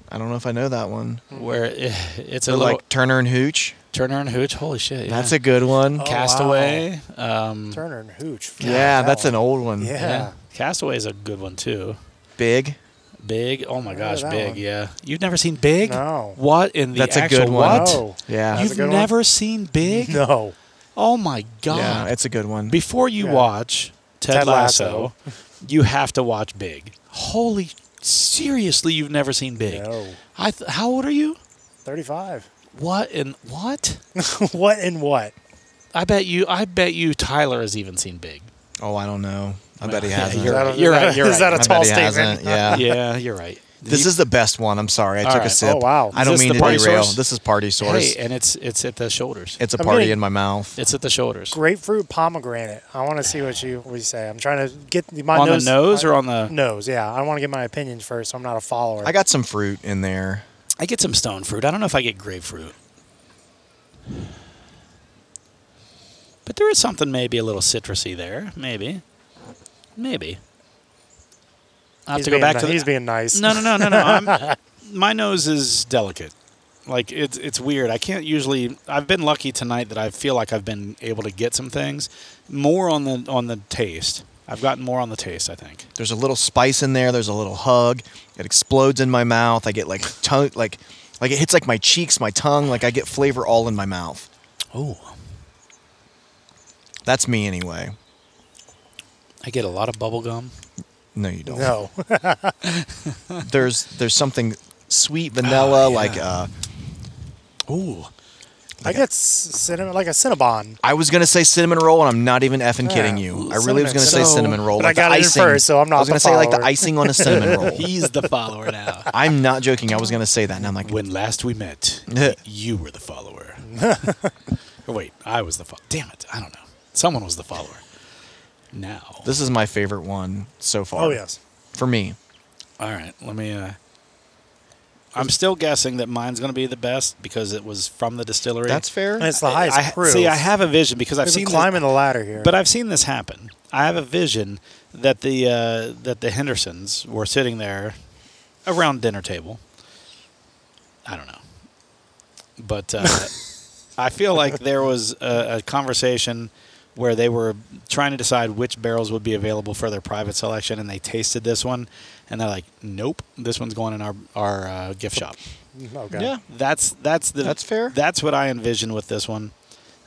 Speaker 2: I don't know if I know that one.
Speaker 3: Where it, it's a
Speaker 2: So
Speaker 3: little
Speaker 2: like Turner and Hooch.
Speaker 3: Turner and Hooch. Holy shit!
Speaker 2: That's
Speaker 3: yeah.
Speaker 2: a good one.
Speaker 4: Oh,
Speaker 3: Castaway. Um,
Speaker 4: Turner and Hooch. God,
Speaker 2: yeah,
Speaker 4: that
Speaker 2: that's
Speaker 4: one.
Speaker 2: an old one.
Speaker 4: Yeah.
Speaker 3: yeah, Castaway is a good one too.
Speaker 2: Big.
Speaker 3: Big. Oh my
Speaker 4: Yeah,
Speaker 3: gosh,
Speaker 4: that
Speaker 3: Big.
Speaker 4: one.
Speaker 3: Yeah, you've never seen Big?
Speaker 4: No.
Speaker 3: What in the
Speaker 2: That's a
Speaker 3: actual
Speaker 2: good one.
Speaker 3: What?
Speaker 4: No.
Speaker 2: Yeah.
Speaker 4: That's a
Speaker 3: You've
Speaker 4: good one?
Speaker 3: never seen Big?
Speaker 4: No.
Speaker 3: Oh my god.
Speaker 2: Yeah, it's a good one.
Speaker 3: Before you
Speaker 4: Yeah.
Speaker 3: watch Ted,
Speaker 4: Ted
Speaker 3: Lasso, you have to watch Big. Holy, seriously, you've never seen Big?
Speaker 4: No.
Speaker 3: I. Th- how old are you?
Speaker 4: 35.
Speaker 3: What in what?
Speaker 4: what and what?
Speaker 3: I bet you. I bet you Tyler has even seen Big.
Speaker 2: oh, I don't know. I bet he
Speaker 3: Yeah,
Speaker 2: hasn't.
Speaker 3: you're
Speaker 4: Is that
Speaker 3: right,
Speaker 4: a-
Speaker 3: you're
Speaker 4: is
Speaker 3: right,
Speaker 4: that-
Speaker 3: you're
Speaker 4: Is that a
Speaker 3: right.
Speaker 2: I
Speaker 4: tall
Speaker 2: bet he
Speaker 4: statement?
Speaker 2: hasn't. Yeah.
Speaker 3: yeah, you're right.
Speaker 2: This is the best one. I'm sorry. I
Speaker 3: All
Speaker 2: took
Speaker 3: right.
Speaker 2: a sip.
Speaker 4: Oh, wow.
Speaker 2: I
Speaker 3: Is
Speaker 2: don't
Speaker 3: this
Speaker 2: mean
Speaker 3: the
Speaker 2: to
Speaker 3: party
Speaker 2: derail.
Speaker 3: source?
Speaker 2: This is party source.
Speaker 3: Hey, and it's it's at the shoulders.
Speaker 2: it's a
Speaker 4: I'm
Speaker 2: party
Speaker 4: getting-
Speaker 2: in my mouth.
Speaker 3: It's at the shoulders.
Speaker 4: Grapefruit pomegranate. I want to see what you what you say. I'm trying to get my
Speaker 3: on
Speaker 4: nose,
Speaker 3: the nose
Speaker 4: I-
Speaker 3: or on the?
Speaker 4: nose. Yeah, I want to get my opinions first. So I'm not a follower.
Speaker 2: I got some fruit in there.
Speaker 3: I get some stone fruit. I don't know if I get grapefruit. But there is something maybe a little citrusy there. Maybe. Maybe. I have
Speaker 4: He's
Speaker 3: to go
Speaker 4: being
Speaker 3: back
Speaker 4: ni-
Speaker 3: to the-
Speaker 4: He's being nice.
Speaker 3: No, no, no, no, no. I'm, my nose is delicate. Like it's it's weird. I can't usually. I've been lucky tonight that I feel like I've been able to get some things more on the on the taste. I've gotten more on the taste. I think.
Speaker 2: There's a little spice in there. There's a little hug. It explodes in my mouth. I get like tongue, like, like it hits like my cheeks, my tongue. Like I get flavor all in my mouth.
Speaker 3: Oh,
Speaker 2: That's me anyway.
Speaker 3: I get a lot of bubble gum.
Speaker 2: No, you don't.
Speaker 4: No.
Speaker 2: There's there's something sweet
Speaker 4: Ah,
Speaker 2: vanilla
Speaker 3: Oh, yeah.
Speaker 2: like uh,
Speaker 3: Ooh,
Speaker 4: I get s- cinnamon, like a Cinnabon.
Speaker 2: I was gonna say cinnamon roll, and I'm not even effing kidding
Speaker 4: Yeah.
Speaker 2: you. I really was gonna say
Speaker 3: So-
Speaker 2: cinnamon roll.
Speaker 4: but
Speaker 2: like
Speaker 4: I got
Speaker 2: the
Speaker 4: it in
Speaker 2: icing.
Speaker 4: first, so I'm not
Speaker 2: I was
Speaker 4: the
Speaker 2: gonna say like the
Speaker 4: follower.
Speaker 2: icing on a cinnamon roll.
Speaker 3: he's the follower now.
Speaker 2: I'm not joking. I was gonna say that, and I'm like,
Speaker 3: When last we met, you were the follower. or wait, I was the follower. Damn it, I don't know. Someone was the follower. Now,
Speaker 2: this is my favorite one so far.
Speaker 4: Oh, yes.
Speaker 2: for me.
Speaker 3: all right, let me. Uh, I'm still guessing that mine's going to be the best because it was from the distillery.
Speaker 2: That's fair.
Speaker 4: And it's the highest
Speaker 3: I,
Speaker 4: proof.
Speaker 3: see, I have a vision because I've
Speaker 4: There's a
Speaker 3: seen
Speaker 4: climbing the ladder here.
Speaker 3: this, but I've seen this happen. I have a vision that the uh, that the Hendersons were sitting there around dinner table. I don't know, but uh, I feel like there was a, a conversation where they were trying to decide which barrels would be available for their private selection, and they tasted this one, and they're like, "Nope, this one's going in our our uh, gift shop."
Speaker 4: okay.
Speaker 2: Yeah.
Speaker 3: That's that's the
Speaker 2: That's fair.
Speaker 3: That's what I envision with this one.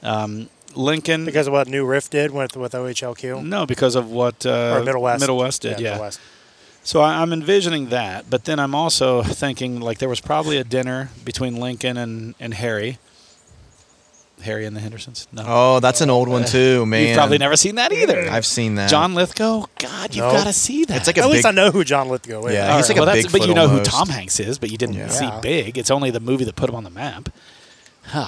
Speaker 3: Um, Lincoln
Speaker 4: Because of what New Rift did with, with OHLQ.
Speaker 3: no because of what uh,
Speaker 4: or Middle West.
Speaker 3: Middle West did yeah.
Speaker 4: Middle West.
Speaker 3: So I, I'm envisioning that, but then I'm also thinking like there was probably a dinner between Lincoln and and Harry. Harry and the Hendersons. No.
Speaker 2: Oh, that's an old one too, man.
Speaker 3: You've probably never seen that either.
Speaker 2: I've seen that.
Speaker 3: John Lithgow. God, you've
Speaker 4: No.
Speaker 3: got to see that.
Speaker 2: It's like a
Speaker 4: At least I
Speaker 2: big-
Speaker 4: know who John Lithgow is.
Speaker 2: Yeah,
Speaker 3: All
Speaker 2: he's like a
Speaker 3: well, that's,
Speaker 2: Bigfoot
Speaker 3: but you know
Speaker 2: almost.
Speaker 3: who Tom Hanks is, but you didn't
Speaker 2: Yeah.
Speaker 3: see
Speaker 4: Yeah.
Speaker 3: Big. It's only the movie that put him on the map. Huh.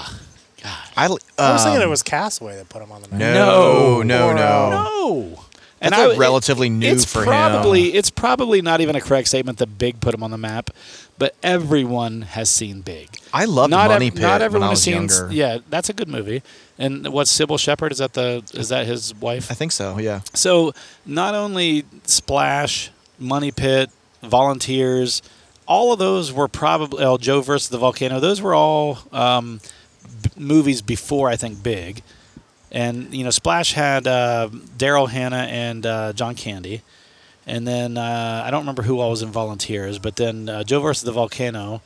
Speaker 3: God.
Speaker 2: I, um,
Speaker 4: I was thinking it was Castaway that put him on the map.
Speaker 2: no, no,
Speaker 3: No.
Speaker 2: no.
Speaker 4: Or, uh,
Speaker 3: No.
Speaker 2: That's a relatively new
Speaker 3: it's
Speaker 2: for him.
Speaker 3: probably, It's probably not even a correct statement that Big put him on the map, but everyone has seen Big.
Speaker 2: I loved
Speaker 3: not
Speaker 2: Money
Speaker 3: ev-
Speaker 2: Pit
Speaker 3: Not everyone
Speaker 2: when I was
Speaker 3: has seen.
Speaker 2: younger.
Speaker 3: Yeah, that's a good movie. And what Sybil Shepherd is that the is that his wife?
Speaker 2: I think so. Yeah,
Speaker 3: So not only Splash, Money Pit, Volunteers, all of those were probably oh, Joe versus the Volcano. Those were all um, b- movies before I think Big, and you know Splash had uh, Daryl Hannah and uh, John Candy, and then uh, I don't remember who all was in Volunteers, but then uh, Joe versus the Volcano.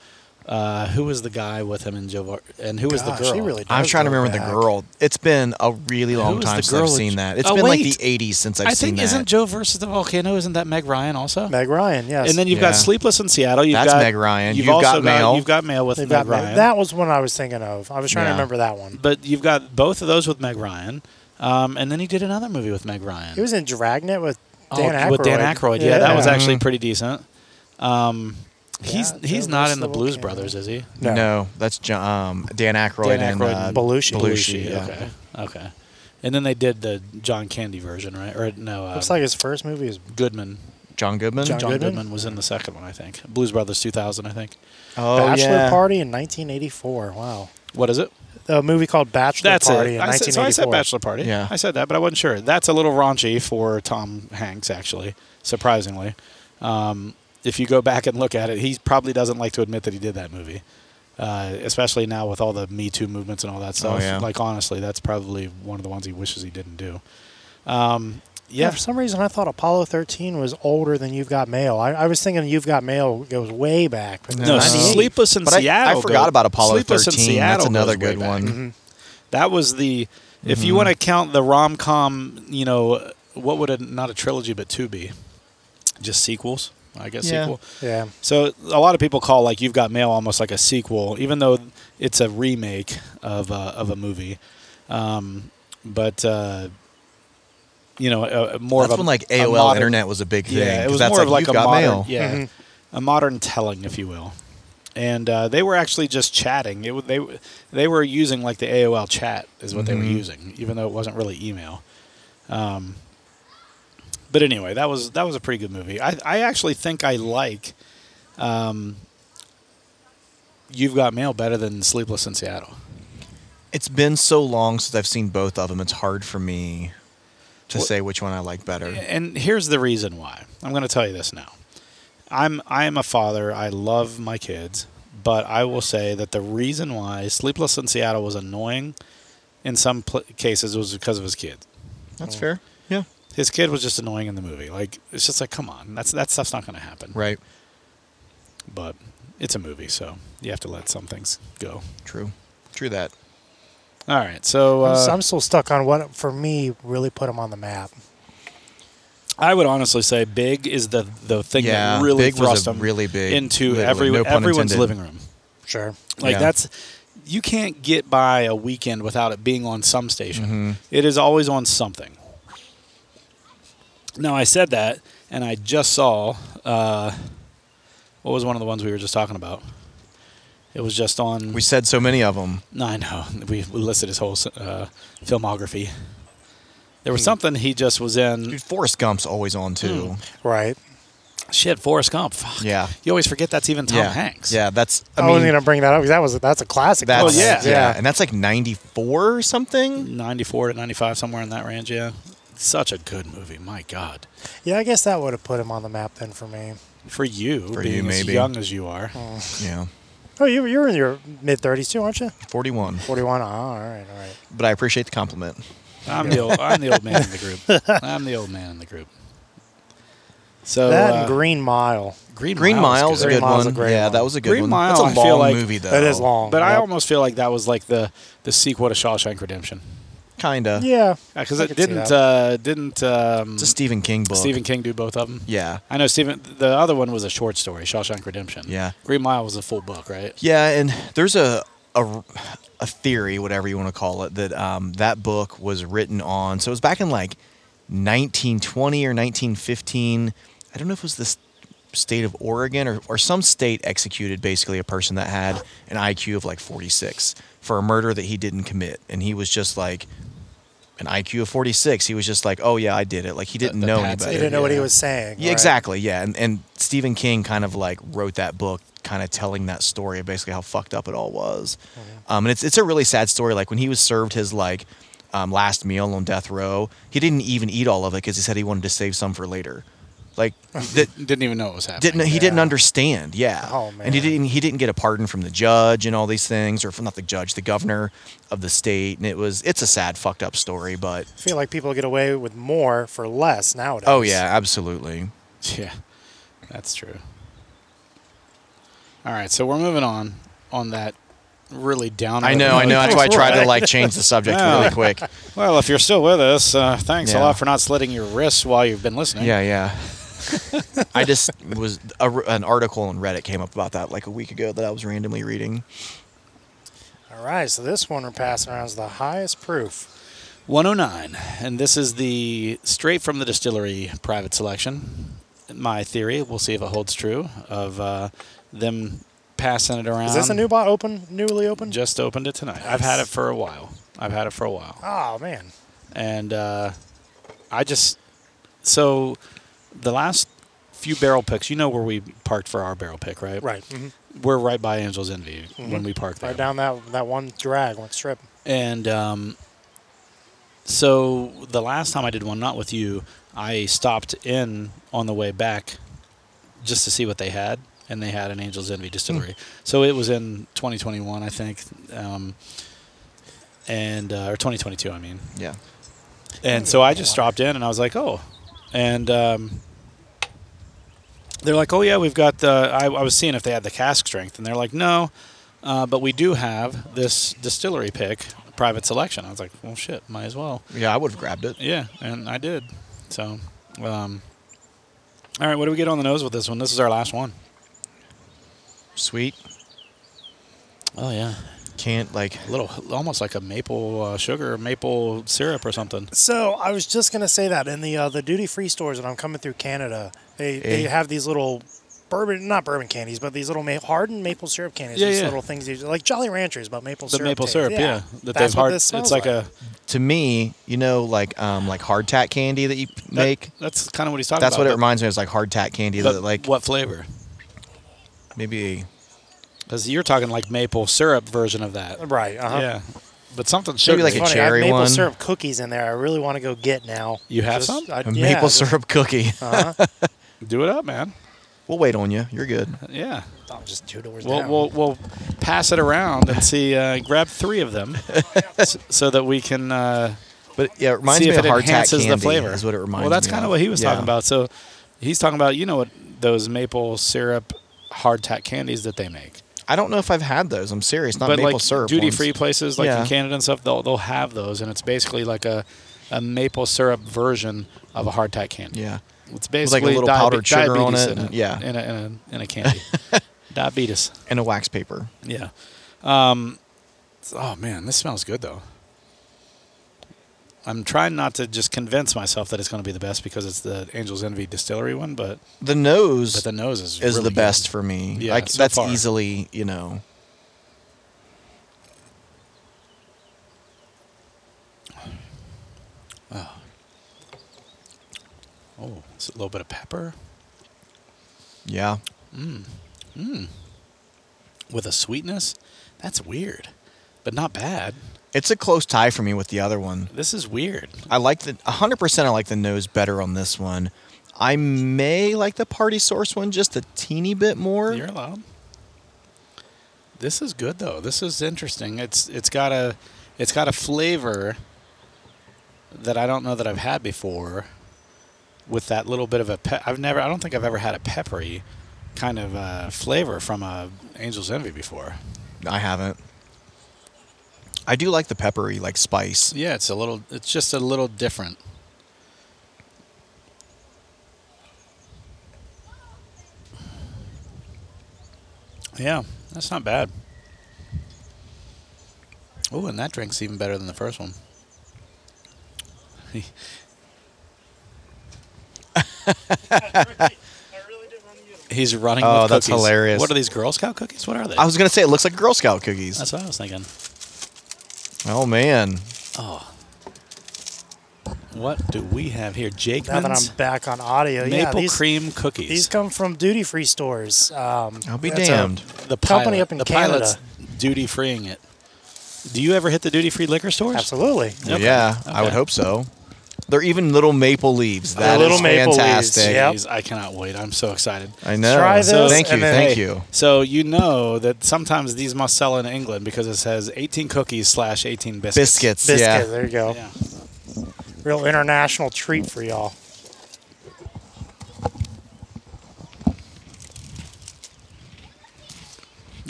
Speaker 3: Uh, who was the guy with him in Joe? Var- And who was the
Speaker 4: Gosh,
Speaker 3: girl?
Speaker 4: he really does
Speaker 2: I'm trying to
Speaker 4: go
Speaker 2: remember
Speaker 4: back.
Speaker 2: the girl. It's been a really long
Speaker 3: was
Speaker 2: time
Speaker 3: the
Speaker 2: since
Speaker 3: girl
Speaker 2: I've
Speaker 3: with-
Speaker 2: seen that. It's
Speaker 3: Oh,
Speaker 2: been like
Speaker 3: wait.
Speaker 2: the 80s since I've
Speaker 3: I
Speaker 2: seen
Speaker 3: think
Speaker 2: that.
Speaker 3: isn't Joe versus the Volcano? Isn't that Meg Ryan also?
Speaker 4: Meg Ryan, yes.
Speaker 3: And then you've
Speaker 2: Yeah.
Speaker 3: got Sleepless in Seattle. You've
Speaker 2: That's
Speaker 3: got,
Speaker 2: Meg Ryan.
Speaker 3: You've,
Speaker 2: You've
Speaker 3: also
Speaker 2: got Mail.
Speaker 3: You've got mail with
Speaker 4: They've
Speaker 3: Meg
Speaker 4: got Meg-
Speaker 3: Ryan.
Speaker 4: That was one I was thinking of. I was trying
Speaker 2: Yeah.
Speaker 4: to remember that one.
Speaker 3: but you've got both of those with Meg Ryan. Um, and then he did another movie with Meg Ryan.
Speaker 4: He was in Dragnet with
Speaker 3: Oh,
Speaker 4: Dan Aykroyd.
Speaker 3: with Dan Aykroyd. Yeah, that was
Speaker 2: Yeah. Mm-hmm.
Speaker 3: actually pretty decent. Um, he's
Speaker 4: Yeah,
Speaker 3: he's
Speaker 4: Joe
Speaker 3: not
Speaker 4: versus
Speaker 3: in the
Speaker 4: the
Speaker 3: Blues
Speaker 4: Volcano.
Speaker 3: Brothers, is he?
Speaker 2: No,
Speaker 4: No.
Speaker 2: that's John, um, Dan Aykroyd,
Speaker 3: Dan
Speaker 2: and,
Speaker 3: Aykroyd
Speaker 2: uh,
Speaker 3: and
Speaker 4: Belushi.
Speaker 2: Belushi, yeah.
Speaker 3: Okay. Okay. And then they did the John Candy version, right? Or no, uh,
Speaker 4: Looks like his first movie is
Speaker 3: Goodman.
Speaker 2: John Goodman.
Speaker 4: John
Speaker 3: John
Speaker 4: Goodman?
Speaker 3: Goodman? was in the second one, I think. Blues Brothers 2000, I think.
Speaker 2: oh,
Speaker 4: Bachelor
Speaker 2: yeah.
Speaker 4: Party in 1984. Wow.
Speaker 3: What is it?
Speaker 4: A movie called Bachelor
Speaker 3: That's
Speaker 4: Party
Speaker 3: it.
Speaker 4: in
Speaker 3: I said, so I
Speaker 4: 1984.
Speaker 3: said bachelor party.
Speaker 2: Yeah.
Speaker 3: I said that, but I wasn't sure. That's a little raunchy for Tom Hanks, actually, surprisingly. Um, if you go back and look at it, he probably doesn't like to admit that he did that movie, uh, especially now with all the Me Too movements and all that stuff.
Speaker 2: Oh, yeah.
Speaker 3: Like honestly, that's probably one of the ones he wishes he didn't do. Um,
Speaker 4: Yeah.
Speaker 3: yeah,
Speaker 4: for some reason I thought Apollo 13 was older than You've Got Mail. I, I was thinking You've Got Mail goes way back. but
Speaker 2: No,
Speaker 3: No,
Speaker 2: 98.
Speaker 3: Sleepless in
Speaker 2: But I- I
Speaker 3: Seattle.
Speaker 2: forgot
Speaker 3: goes-
Speaker 2: about Apollo
Speaker 3: Sleepless
Speaker 2: 13.
Speaker 3: In Seattle
Speaker 2: That's another
Speaker 3: goes way
Speaker 2: good
Speaker 3: back.
Speaker 2: one.
Speaker 3: That was the, if you want to count the rom com, you know, what would a not a trilogy but two be? Just sequels, I guess.
Speaker 2: Yeah.
Speaker 3: Sequel.
Speaker 4: Yeah.
Speaker 3: So a lot of people call like you've got mail almost like a sequel, even though it's a remake of uh, of a movie. Um, but uh, you know, uh, more
Speaker 2: That's
Speaker 3: of a,
Speaker 2: when like
Speaker 3: a
Speaker 2: AOL
Speaker 3: modern-
Speaker 2: internet was a big thing.
Speaker 3: yeah, it
Speaker 2: 'cause
Speaker 3: was
Speaker 2: that's
Speaker 3: more of like
Speaker 2: you've
Speaker 3: a
Speaker 2: got
Speaker 3: modern,
Speaker 2: mail.
Speaker 3: yeah,
Speaker 4: Mhm.
Speaker 3: a modern telling, if you will. And uh, they were actually just chatting. It, wa- they w- they were using like the AOL chat is what they were
Speaker 2: Mhm.
Speaker 3: using, even though it wasn't really email. Um, but anyway, that was that was a pretty good movie. I I actually think I like. Um, You've got mail better than Sleepless in Seattle.
Speaker 2: It's been so long since I've seen both of them. It's hard for me to
Speaker 3: Well-
Speaker 2: say which one I like better.
Speaker 3: And here's the reason why. I'm going to tell you this now. I'm I am a father. I love my kids, but I will say that the reason why Sleepless in Seattle was annoying in some pl- cases was because of his kid.
Speaker 2: That's fair. Yeah.
Speaker 3: His kid was just annoying in the movie. Like it's just like come on, that's that stuff's not going to happen.
Speaker 2: Right.
Speaker 3: But it's a movie, so you have to let some things go.
Speaker 2: True. True that.
Speaker 3: All right. So
Speaker 4: I'm, s-
Speaker 3: uh,
Speaker 4: I'm still stuck on what for me really put him on the map.
Speaker 3: I would honestly say big is the the thing
Speaker 2: Yeah,
Speaker 3: that really
Speaker 2: Big was
Speaker 3: thrust
Speaker 2: a
Speaker 3: them
Speaker 2: really big-
Speaker 3: into
Speaker 2: literally,
Speaker 3: every,
Speaker 2: no pun
Speaker 3: everyone's
Speaker 2: intended.
Speaker 3: living room.
Speaker 4: Sure.
Speaker 3: Like
Speaker 2: Yeah.
Speaker 3: that's you can't get by a weekend without it being on some station.
Speaker 2: Mm-hmm.
Speaker 3: It is always on something. Now I said that, and I just saw uh, what was one of the ones we were just talking about. It was just on.
Speaker 2: We said so many of them.
Speaker 3: no, I know we we listed his whole uh, filmography. There
Speaker 2: Hmm.
Speaker 3: was something he just was in.
Speaker 2: Dude, Forrest Gump's always on too.
Speaker 4: Right.
Speaker 3: Shit, Forrest Gump. Fuck.
Speaker 2: Yeah.
Speaker 3: You always forget that's even Hmm. Tom
Speaker 2: yeah.
Speaker 3: Hanks.
Speaker 2: Yeah, that's. I
Speaker 4: I,
Speaker 2: mean,
Speaker 4: wasn't going to bring that up because that was that's a classic.
Speaker 2: that's,
Speaker 3: Oh,
Speaker 4: classic.
Speaker 3: yeah.
Speaker 2: yeah, and that's like '94 or something.
Speaker 3: 94 to 95, somewhere in that range. Yeah. Such a good movie. My God.
Speaker 4: Yeah, I guess that would have put him on the map then for me.
Speaker 3: For you,
Speaker 2: For
Speaker 3: being
Speaker 2: you,
Speaker 3: as
Speaker 2: maybe.
Speaker 3: young as you are.
Speaker 2: Yeah,
Speaker 4: Oh, you you're in your mid thirties too, aren't you?
Speaker 2: 41.
Speaker 4: Forty one. Oh, all right, all right.
Speaker 2: But I appreciate the compliment.
Speaker 3: I'm, the old, I'm the old man in the group. I'm the old man in the group. So,
Speaker 4: that
Speaker 3: uh,
Speaker 4: and Green Mile.
Speaker 3: Green,
Speaker 2: Green Mile's a
Speaker 4: Green
Speaker 2: good
Speaker 4: Mile's
Speaker 2: one.
Speaker 4: a great
Speaker 2: yeah,
Speaker 4: one.
Speaker 2: that was a good
Speaker 3: Green
Speaker 2: one.
Speaker 3: Mile, I
Speaker 2: that's a
Speaker 3: feel
Speaker 2: long
Speaker 3: like-
Speaker 2: movie though.
Speaker 4: That is long.
Speaker 3: But I
Speaker 4: Yep.
Speaker 3: almost feel like that was like the, the sequel to Shawshank Redemption.
Speaker 2: Kinda.
Speaker 4: Yeah.
Speaker 3: Because
Speaker 4: I
Speaker 3: it
Speaker 4: could see
Speaker 3: didn't,
Speaker 4: that.
Speaker 3: uh, didn't um,
Speaker 2: It's a Stephen King book.
Speaker 3: Stephen King do both of them?
Speaker 2: Yeah.
Speaker 3: I know Stephen. The other one was a short story, Shawshank Redemption.
Speaker 2: Yeah.
Speaker 3: Green Mile was a full book, right?
Speaker 2: Yeah, and there's a a, a theory, whatever you want to call it, that um, that book was written on. So it was back in like 1920 or 1915. I don't know if it was this state of Oregon or, or some state executed basically a person that had an IQ of like 46 for a murder that he didn't commit, and he was just like an IQ of 46. He was just like, oh yeah, I did it. Like he didn't
Speaker 3: the
Speaker 2: know
Speaker 3: Patsy.
Speaker 2: anybody.
Speaker 4: He didn't know what he
Speaker 3: yeah.
Speaker 4: was saying.
Speaker 2: Yeah,
Speaker 4: right.
Speaker 2: exactly. Yeah, and and Stephen King kind of like wrote that book, kind of telling that story of basically how fucked up it all was.
Speaker 4: Oh,
Speaker 2: Um, and it's it's a really sad story. Like when he was served his like um, last meal on death row, he didn't even eat all of it because he said he wanted to save some for later. Like that
Speaker 3: Didn't even know it was happening.
Speaker 2: didn't he didn't
Speaker 4: Yeah.
Speaker 2: understand? Yeah.
Speaker 4: Oh,
Speaker 2: And he
Speaker 4: man.
Speaker 2: didn't he didn't get a pardon from the judge and all these things, or from not the judge, the governor of the state. And it was it's a sad fucked up story, but
Speaker 4: I feel like people get away with more for less nowadays.
Speaker 2: oh yeah, absolutely.
Speaker 3: Yeah, that's true. All right, so we're moving on on that really down.
Speaker 2: I know, I know. That's why I tried to like change the subject
Speaker 3: Yeah.
Speaker 2: really quick.
Speaker 3: Well, if you're still with us, uh, thanks a
Speaker 2: Yeah.
Speaker 3: lot for not slitting your wrists while you've been listening.
Speaker 2: Yeah, yeah. I just was a, an article on Reddit came up about that like a week ago that I was randomly reading.
Speaker 4: All right, so this one we're passing around is the highest proof.
Speaker 3: 109, and this is the straight from the distillery private selection. My theory, we'll see if it holds true, of uh, them passing it around.
Speaker 4: Is this a new bot open, newly opened?
Speaker 3: Um, Just opened it tonight. I've had it for a while. I've had it for a while.
Speaker 4: oh man,
Speaker 3: and uh, I just so the last few barrel picks, you know where we parked for our barrel pick, right?
Speaker 4: right. Mhm.
Speaker 3: We're right by Angel's Envy when we parked there,
Speaker 4: Right down that that one drag, one strip.
Speaker 3: and um, so the last time I did one, not with you, I stopped in on the way back just to see what they had, and they had an Angel's Envy distillery.
Speaker 4: Hmm.
Speaker 3: So it was in 2021, I think. Um, and uh, or 2022, I mean,
Speaker 2: Yeah.
Speaker 3: and so I just dropped in and I was like, oh. And um, they're like, oh, yeah, we've got the. I, I was seeing if they had the cask strength. And they're like, no, uh, but we do have this distillery pick, private selection. I was like, well, shit, might as well.
Speaker 2: Yeah, I would have grabbed it.
Speaker 3: Yeah, and I did. So, um, all right, what do we get on the nose with this one? This is our last one.
Speaker 2: Sweet.
Speaker 3: Oh, yeah.
Speaker 2: Can't like
Speaker 3: A little, almost like a maple uh, sugar, maple syrup or something.
Speaker 4: So I was just gonna say that in the uh, the duty free stores when I'm coming through Canada, they they
Speaker 2: Eh.
Speaker 4: have these little bourbon, not bourbon candies, but these little ma- hardened maple syrup candies.
Speaker 3: Yeah,
Speaker 4: these
Speaker 3: yeah.
Speaker 4: little things, you, like Jolly Ranchers, but maple
Speaker 3: The
Speaker 4: syrup.
Speaker 3: maple
Speaker 4: taste.
Speaker 3: syrup, yeah.
Speaker 4: That
Speaker 3: they've
Speaker 4: That's what
Speaker 3: hard-
Speaker 4: this smells
Speaker 3: It's like,
Speaker 4: like
Speaker 3: a.
Speaker 2: to me, you know, like um like hardtack candy that you p-
Speaker 3: that-
Speaker 2: make.
Speaker 3: that's kind of what he's talking
Speaker 2: That's
Speaker 3: about.
Speaker 2: what it
Speaker 3: but-
Speaker 2: reminds me. of. It's like hardtack candy
Speaker 3: But
Speaker 2: that like
Speaker 3: what flavor?
Speaker 2: maybe
Speaker 3: Because you're talking like maple syrup version of that.
Speaker 4: right. Uh-huh.
Speaker 3: Yeah, but something
Speaker 2: Maybe
Speaker 3: sugary.
Speaker 2: like a
Speaker 4: Funny, I have
Speaker 2: cherry
Speaker 4: maple
Speaker 2: one.
Speaker 4: syrup cookies in there. I really want to go get now.
Speaker 3: You have
Speaker 4: Just-
Speaker 3: some?
Speaker 4: I-
Speaker 2: a
Speaker 4: yeah,
Speaker 2: maple
Speaker 4: just-
Speaker 2: syrup cookie.
Speaker 3: Do it up, man.
Speaker 2: we'll wait on you. You're good.
Speaker 3: Yeah,
Speaker 4: I'm just two doors
Speaker 3: we'll
Speaker 4: down.
Speaker 3: we'll, we'll pass it around and see. Uh, grab three of them, s- so that we can uh,
Speaker 2: But yeah, it reminds
Speaker 3: see
Speaker 2: me
Speaker 3: if
Speaker 2: of
Speaker 3: it
Speaker 2: hardtack
Speaker 3: enhances
Speaker 2: candy.
Speaker 3: the flavor.
Speaker 2: Is what it reminds me.
Speaker 3: Well, that's kind of what he was
Speaker 2: Yeah.
Speaker 3: talking about. So he's talking about you know what those maple syrup hardtack candies that they make.
Speaker 2: I don't know if I've had those. I'm serious. Not
Speaker 3: but
Speaker 2: maple
Speaker 3: like
Speaker 2: syrup.
Speaker 3: duty
Speaker 2: ones.
Speaker 3: free places like
Speaker 2: Yeah.
Speaker 3: in Canada and stuff, they'll they'll have those, and it's basically like a a maple syrup version of a hardtack candy.
Speaker 2: Yeah.
Speaker 3: It's
Speaker 2: was like a
Speaker 3: basically
Speaker 2: little
Speaker 3: diabe-
Speaker 2: powdered sugar on
Speaker 3: diabetes
Speaker 2: it
Speaker 3: in
Speaker 2: and- yeah.
Speaker 3: in a, in a, in a candy. diabetes.
Speaker 2: And a wax paper.
Speaker 3: Yeah. Um, oh man, this smells good though. I'm trying not to just convince myself that it's going to be the best because it's the Angel's Envy Distillery one, but
Speaker 2: The nose
Speaker 3: but the nose is
Speaker 2: is
Speaker 3: really
Speaker 2: the
Speaker 3: good.
Speaker 2: best for me.
Speaker 3: Yeah,
Speaker 2: Like,
Speaker 3: so
Speaker 2: that's
Speaker 3: far.
Speaker 2: easily, you know.
Speaker 3: Oh, it's a little bit of pepper
Speaker 2: Yeah.
Speaker 3: with a sweetness. That's weird, but not bad.
Speaker 2: It's a close tie for me with the other one.
Speaker 3: This is weird.
Speaker 2: I like the 100% I like the nose better on this one. I may like the party source one just a teeny bit more.
Speaker 3: You're allowed. This is good though. This is interesting. It's it's got a it's got a flavor that I don't know that I've had before. With that little bit of a pe- I've never I don't think I've ever had a peppery kind of uh, flavor from a Angel's Envy before.
Speaker 2: I haven't. I do like the peppery like spice.
Speaker 3: Yeah, it's a little it's just a little different. Yeah, that's not bad. Oh, and that drink's even better than the first one. He's running.
Speaker 2: Oh,
Speaker 3: with
Speaker 2: that's
Speaker 3: cookies.
Speaker 2: hilarious.
Speaker 3: What are these Girl Scout cookies? What are they?
Speaker 2: I was going to say it looks like Girl Scout cookies.
Speaker 3: that's what I was thinking.
Speaker 2: oh man.
Speaker 3: Oh, what do we have here?
Speaker 4: Now that
Speaker 3: Jakeman's
Speaker 4: I'm back on audio,
Speaker 3: maple
Speaker 4: yeah, these,
Speaker 3: cream cookies.
Speaker 4: these come from duty free stores. Um,
Speaker 2: I'll be
Speaker 4: that's a-
Speaker 2: damned.
Speaker 3: the
Speaker 4: company up in
Speaker 3: the pilot's duty freeing it. Do you ever hit the duty free liquor stores?
Speaker 4: absolutely.
Speaker 3: Okay.
Speaker 2: Yeah, I would
Speaker 3: Okay.
Speaker 2: hope so. They're even little maple leaves. That is
Speaker 4: little maple leaves,
Speaker 2: fantastic.
Speaker 4: yep.
Speaker 3: Jeez, I cannot wait. I'm so excited.
Speaker 2: I know.
Speaker 4: Try this
Speaker 2: so thank you,
Speaker 4: and then-
Speaker 2: thank
Speaker 3: Hey,
Speaker 2: you.
Speaker 3: So you know that sometimes these must sell in England because it says 18 cookies slash 18 biscuits.
Speaker 2: Biscuits,
Speaker 4: Biscuit,
Speaker 2: yeah.
Speaker 4: there you go.
Speaker 3: Yeah.
Speaker 4: Real international treat for y'all.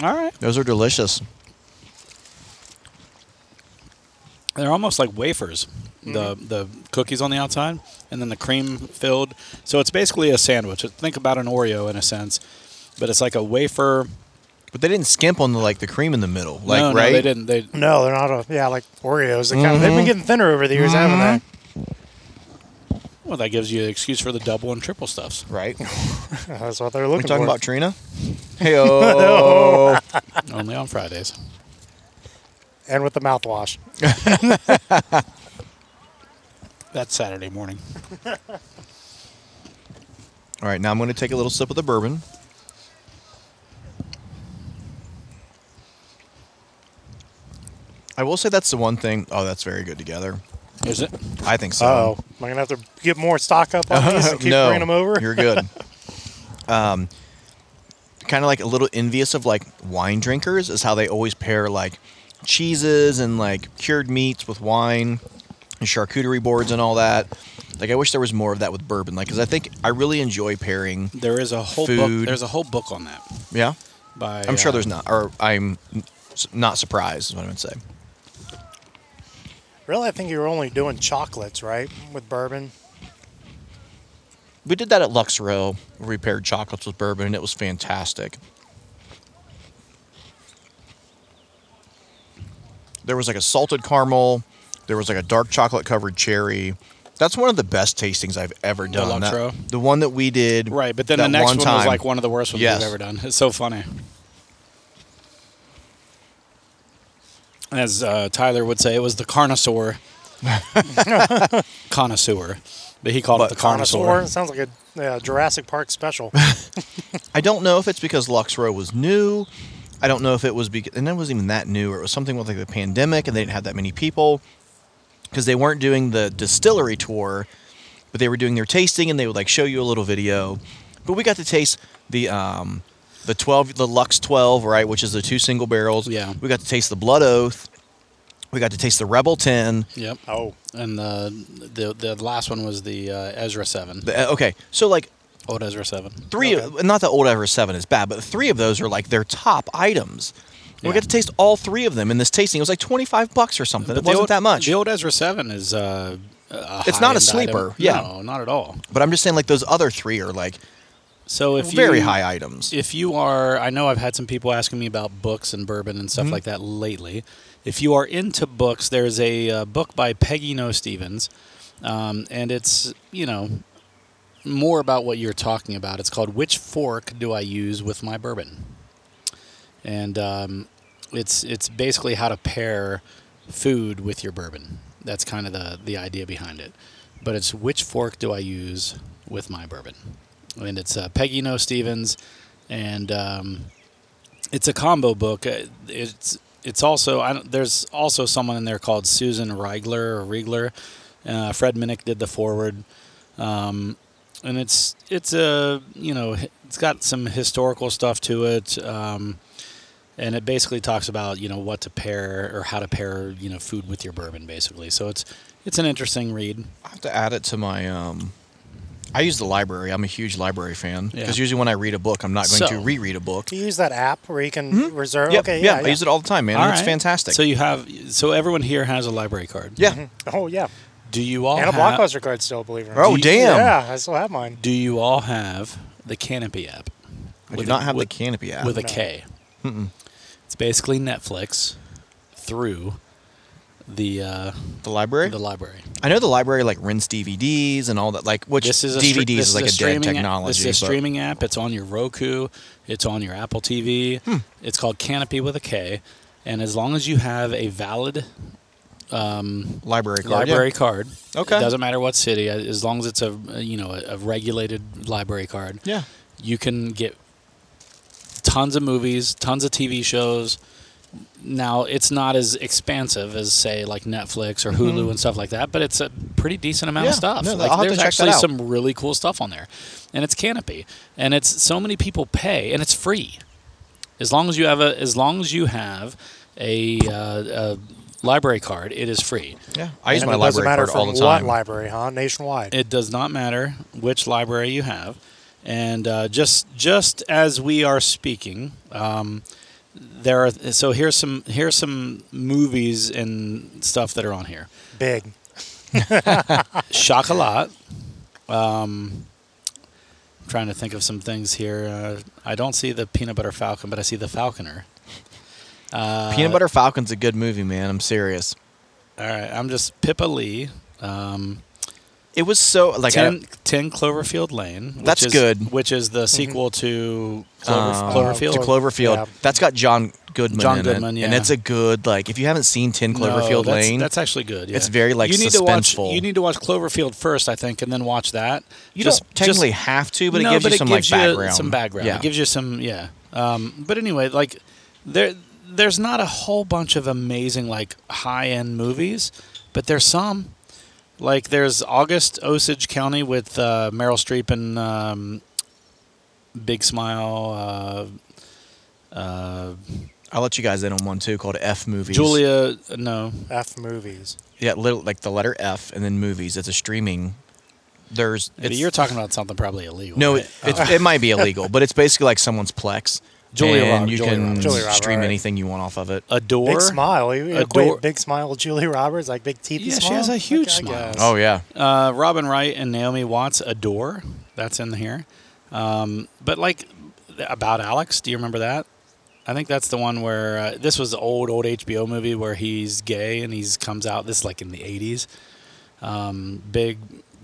Speaker 3: All right.
Speaker 2: Those are delicious.
Speaker 3: They're almost like wafers. The
Speaker 4: Mm-hmm.
Speaker 3: the cookies on the outside and then the cream filled. So it's basically a sandwich. Think about an Oreo in a sense, but it's like a wafer.
Speaker 2: But they didn't skimp on the like the cream in the middle. Like
Speaker 3: no, no,
Speaker 2: right?
Speaker 3: they didn't. They
Speaker 4: No, they're not. A, yeah, like Oreos. They kind of,
Speaker 2: Mm-hmm.
Speaker 4: they've been getting thinner over the years, haven't
Speaker 3: well, that gives you an excuse for the double and triple stuffs.
Speaker 2: Right. Are
Speaker 4: they? That's what they're
Speaker 2: we
Speaker 4: looking
Speaker 2: talking
Speaker 4: for.
Speaker 2: about Trina? Hey oh
Speaker 3: Only on Fridays.
Speaker 4: and with the mouthwash.
Speaker 3: That's Saturday morning.
Speaker 2: All right, now I'm going to take a little sip of the bourbon. I will say that's the one thing. Oh, that's very good together.
Speaker 3: Is it?
Speaker 2: I think so.
Speaker 4: Oh, am I gonna have to get more stock up on these and keep
Speaker 2: no,
Speaker 4: bringing them over?
Speaker 2: you're good. um, kind of like a little envious of like wine drinkers is how they always pair like cheeses and like cured meats with wine and charcuterie boards and all that. Like I wish there was more of that with bourbon. Like because I think I really enjoy pairing.
Speaker 3: There is a whole book.
Speaker 2: Food.
Speaker 3: There's a whole book on that.
Speaker 2: Yeah.
Speaker 3: By
Speaker 2: I'm sure
Speaker 3: uh,
Speaker 2: there's not, or I'm s- not surprised. Is what I would say.
Speaker 4: Really, I think you were only doing chocolates, right, with bourbon.
Speaker 2: We did that at Lux Row. We paired chocolates with bourbon, and it was fantastic. There was like a salted caramel. There was like a dark chocolate covered cherry. That's one of the best tastings I've ever done.
Speaker 3: Lux
Speaker 2: That-
Speaker 3: Row?
Speaker 2: the one that we did.
Speaker 3: Right, but then
Speaker 2: that
Speaker 3: the next one, was
Speaker 2: time.
Speaker 3: like one of the worst ones
Speaker 2: Yes.
Speaker 3: we've ever done. It's so funny. As uh, Tyler would say, it was the carnosaur. connoisseur. But he called
Speaker 2: But
Speaker 3: it the
Speaker 4: Connoisseur.
Speaker 3: carnosaur.
Speaker 4: It sounds like a uh, Jurassic Park special.
Speaker 2: I don't know if it's because Lux Row was new. I don't know if it was because, and it wasn't even that new, or it was something with like the pandemic and they didn't have that many people because they weren't doing the distillery tour, but they were doing their tasting and they would like show you a little video. But we got to taste the, um, the 12, the Lux 12, right, which is the two single barrels.
Speaker 3: Yeah.
Speaker 2: We got to taste the Blood Oath. We got to taste the Rebel 10.
Speaker 3: Yep.
Speaker 4: oh,
Speaker 3: And uh, the the last one was the uh, Ezra 7.
Speaker 2: The, okay. So, like,
Speaker 3: Old Ezra 7.
Speaker 2: three of not that old ever seven is bad, but three of those are like their top items. And We
Speaker 3: Yeah.
Speaker 2: got to taste all three of them in this tasting. It was like twenty five bucks or something. it wasn't
Speaker 3: old,
Speaker 2: that much.
Speaker 3: The old Ezra Seven is uh, a
Speaker 2: It's not a
Speaker 3: high-end
Speaker 2: sleeper,
Speaker 3: item.
Speaker 2: yeah.
Speaker 3: no, not at all.
Speaker 2: But I'm just saying, like those other three are like
Speaker 3: So if
Speaker 2: very
Speaker 3: you,
Speaker 2: high items.
Speaker 3: If you are, I know I've had some people asking me about books and bourbon and
Speaker 2: Mm-hmm.
Speaker 3: stuff like that lately. If you are into books, there's a uh, book by Peggy No Stevens, um, and it's you know more about what you're talking about. It's called "Which Fork Do I Use with My Bourbon," and um, it's it's basically how to pair food with your bourbon. That's kind of the the idea behind it. But it's which fork do I use with my bourbon? And it's uh, Peggy No Stevens, and um, it's a combo book. Uh, It's it's also I don't, there's also someone in there called Susan Riegler or Riegler. Uh, Fred Minnick did the forward, um, and it's it's a you know h- it's got some historical stuff to it. Um, and it basically talks about you know what to pair or how to pair you know food with your bourbon basically so it's it's an interesting read
Speaker 2: I have to add it to my. Um, I use the library. I'm a huge library fan
Speaker 3: Yeah.
Speaker 2: because usually when I read a book, I'm not going to
Speaker 3: So-
Speaker 2: reread a book.
Speaker 4: Do you use that app where you can reserve?
Speaker 2: Hmm? Yep,
Speaker 4: okay,
Speaker 2: yeah,
Speaker 4: yeah,
Speaker 2: I use it all the time, man.
Speaker 3: All
Speaker 2: and It's
Speaker 3: right.
Speaker 2: fantastic.
Speaker 3: so you Mm-hmm. have so everyone here has a library card
Speaker 2: yeah.
Speaker 4: Oh yeah,
Speaker 3: do you all
Speaker 4: and a
Speaker 3: ha-
Speaker 4: blockbuster card still, believe it or not.
Speaker 2: Oh
Speaker 3: you-
Speaker 2: damn!
Speaker 4: Yeah, I still have mine.
Speaker 3: do you all have the canopy app
Speaker 2: I do
Speaker 3: With
Speaker 2: not
Speaker 3: a-
Speaker 2: have
Speaker 3: with-
Speaker 2: the canopy app.
Speaker 3: with a
Speaker 4: No.
Speaker 3: K. It's basically Netflix through the uh,
Speaker 2: the library.
Speaker 3: the library.
Speaker 2: I know the library like rents DVDs and all that. Like which
Speaker 3: This is a
Speaker 2: DVDs
Speaker 3: stre- this
Speaker 2: is like a, dead
Speaker 3: streaming App.
Speaker 2: technology.
Speaker 3: This is a
Speaker 2: but-
Speaker 3: streaming app. It's on your Roku. It's on your Apple TV.
Speaker 2: Hmm.
Speaker 3: It's called Canopy with a K. And as long as you have a valid
Speaker 2: library card.
Speaker 3: library
Speaker 2: yeah.
Speaker 3: card,
Speaker 2: Okay.
Speaker 3: it doesn't matter what city. As long as it's a you know a, a regulated library card,
Speaker 2: Yeah.
Speaker 3: you can get tons of movies, tons of TV shows. Now it's not as expansive as say like Netflix or Hulu and stuff like that, but it's a pretty decent amount of
Speaker 2: Mm-hmm. Yeah.
Speaker 3: stuff.
Speaker 2: No,
Speaker 3: like
Speaker 2: I'll have to
Speaker 3: there's
Speaker 2: check that
Speaker 3: actually
Speaker 2: out.
Speaker 3: some really cool stuff on there, and it's Canopy, and it's so many people pay, and it's free. As long as you have a, as long as you have a, uh, a library card, it is free.
Speaker 2: Yeah. I use
Speaker 4: and
Speaker 2: my
Speaker 4: it doesn't
Speaker 2: library
Speaker 4: matter
Speaker 2: card
Speaker 4: from
Speaker 2: all the time.
Speaker 4: what library, huh? Nationwide.
Speaker 3: It does not matter which library you have. And uh, just just as we are speaking, um, there are so here's some here's some movies and stuff that are on here.
Speaker 4: Big.
Speaker 3: Chocolat. Um, I'm trying to think of some things here. Uh, I don't see the Peanut Butter Falcon, but I see the Falconer.
Speaker 2: Peanut Butter Falcon's a good movie, man. I'm serious.
Speaker 3: All right, I'm just Pippa Lee. Um,
Speaker 2: It was so like
Speaker 3: Ten, 10 Cloverfield Lane. Which
Speaker 2: That's
Speaker 3: is,
Speaker 2: good.
Speaker 3: Which is the sequel to
Speaker 2: I-
Speaker 3: Clover,
Speaker 2: um,
Speaker 3: Cloverfield.
Speaker 2: to Cloverfield.
Speaker 4: Yeah.
Speaker 2: That's got John Goodman.
Speaker 3: John
Speaker 2: in
Speaker 3: Goodman,
Speaker 2: it,
Speaker 3: yeah.
Speaker 2: And it's a good like if you haven't seen Ten
Speaker 3: No,
Speaker 2: Cloverfield
Speaker 3: that's-
Speaker 2: Lane,
Speaker 3: That's actually good. yeah.
Speaker 2: It's very, like,
Speaker 3: you need to watch.
Speaker 2: suspenseful.
Speaker 3: You need to watch Cloverfield first, I think, and then watch that.
Speaker 2: you
Speaker 3: Just-
Speaker 2: don't technically
Speaker 3: just-
Speaker 2: have to, but it
Speaker 3: no,
Speaker 2: gives you some like
Speaker 3: gives
Speaker 2: background.
Speaker 3: Some background.
Speaker 2: Yeah.
Speaker 3: It gives you some yeah. Um, but anyway, like there, there's not a whole bunch of amazing like high end movies, but there's some. Like there's August Osage County with uh, Meryl Streep and um, Big Smile. Uh, uh,
Speaker 2: I'll let you guys in on one too called F movies.
Speaker 3: Julia, no,
Speaker 4: F movies.
Speaker 2: Yeah, little like the letter F and then movies. It's a streaming. There's it's,
Speaker 3: you're talking about something probably illegal.
Speaker 2: no,
Speaker 3: right?
Speaker 2: it, it's, it might be illegal, but it's basically like someone's Plex.
Speaker 3: Julia
Speaker 2: and
Speaker 3: Roberts,
Speaker 2: you
Speaker 3: Julia
Speaker 2: can
Speaker 3: Roberts.
Speaker 4: Julia Roberts,
Speaker 2: stream
Speaker 4: right.
Speaker 2: anything you want off of it.
Speaker 3: adore.
Speaker 4: big smile. You equate
Speaker 3: door-
Speaker 4: big smile with Julie Roberts, like big teeth.
Speaker 3: Yeah, she
Speaker 4: smile?
Speaker 3: has a huge
Speaker 4: Okay, I
Speaker 3: smile.
Speaker 4: guess.
Speaker 2: Oh yeah,
Speaker 3: Uh, Robin Wright and Naomi Watts adore. That's in here. Um, but like about Alex, do you remember that? I think that's the one where uh, this was the old old HBO movie where he's gay and he's comes out. This is like in the '80s. Um, big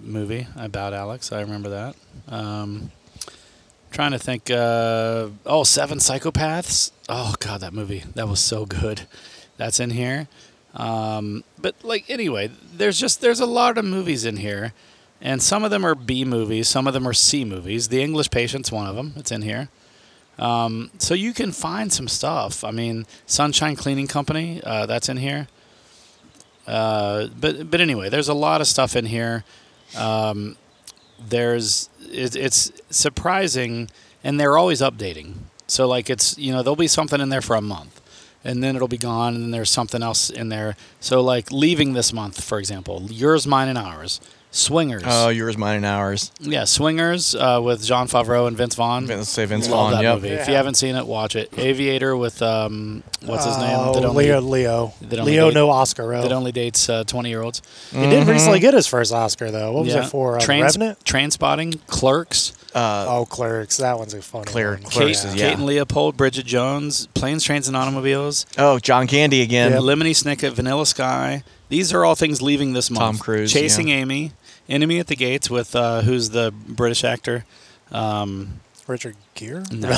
Speaker 3: movie about Alex. I remember that. Um, trying to think. Uh, oh, Seven Psychopaths. Oh God, that movie. That was so good. That's in here. Um, but like anyway, there's just there's a lot of movies in here, and some of them are B movies, some of them are C movies. The English Patient's one of them. It's in here. Um, so you can find some stuff. I mean, Sunshine Cleaning Company. Uh, that's in here. Uh, but but anyway, there's a lot of stuff in here. Um, there's it, it's surprising, and they're always updating. So like it's you know there'll be something in there for a month, and then it'll be gone, and then there's something else in there. So like leaving this month, for example, yours, mine, and ours Swingers.
Speaker 2: Oh, yours, mine, and ours.
Speaker 3: yeah, Swingers uh, with Jean Favreau and Vince Vaughn.
Speaker 2: Let's say Vince Vaughn.
Speaker 3: Love that
Speaker 2: yep.
Speaker 3: movie. If
Speaker 4: Yeah.
Speaker 3: you haven't seen it, watch it. Aviator with um, what's his name? That
Speaker 4: Oh,
Speaker 3: only,
Speaker 4: Leo, Leo,
Speaker 3: that only
Speaker 4: Leo,
Speaker 3: date-
Speaker 4: no Oscar. Oh.
Speaker 3: that only dates uh, twenty year olds.
Speaker 4: He did recently
Speaker 2: Mm-hmm.
Speaker 4: get his first Oscar though. What was it for? Uh, The
Speaker 3: Trans-
Speaker 4: Revenant.
Speaker 3: Transpotting, Clerks,
Speaker 2: Uh,
Speaker 4: Oh, Clerks. That one's a funny
Speaker 2: Clear-
Speaker 4: one.
Speaker 2: Clerks
Speaker 3: Kate,
Speaker 2: is-
Speaker 3: Kate and Leopold, Bridget Jones, Planes, Trains, and Automobiles,
Speaker 2: Oh, John Candy again.
Speaker 3: Lemony Snicket, Vanilla Sky. These are all things leaving this month.
Speaker 2: Tom Cruise,
Speaker 3: Chasing
Speaker 2: yeah.
Speaker 3: Amy, Enemy at the Gates with uh, who's the British actor? Um,
Speaker 4: Richard Gere.
Speaker 3: no, no,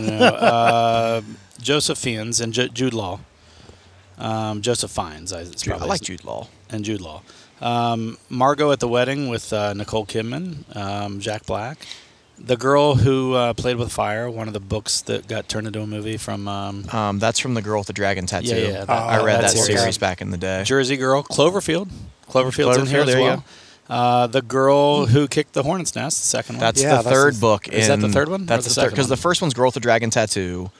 Speaker 3: no. no. uh, Joseph Fiennes and Ju- Jude Law. Um, Joseph Fiennes, I, it's
Speaker 2: Dude, I
Speaker 3: probably
Speaker 2: like Jude Law.
Speaker 3: and Jude Law. Um, Margot at the wedding with uh, Nicole Kidman, um, Jack Black, the girl who uh, played with fire, one of the books that got turned into a movie from um,
Speaker 2: Um, that's from the girl with the dragon tattoo.
Speaker 3: Yeah, yeah, that-
Speaker 2: I read
Speaker 3: that
Speaker 2: that
Speaker 3: series.
Speaker 2: series back in the day.
Speaker 3: Jersey Girl, Cloverfield. Cloverfield's in
Speaker 2: Cloverfield,
Speaker 3: here as
Speaker 2: there you
Speaker 3: well. Uh, the girl who kicked the hornet's nest, the second one.
Speaker 2: That's
Speaker 4: Yeah,
Speaker 2: the
Speaker 4: that's
Speaker 2: third
Speaker 4: the-
Speaker 2: book.
Speaker 3: is that the
Speaker 2: in-
Speaker 3: third one or
Speaker 2: That's
Speaker 3: the
Speaker 2: the third
Speaker 3: second
Speaker 2: because the
Speaker 3: one?
Speaker 2: first one's Girl with the Dragon Tattoo.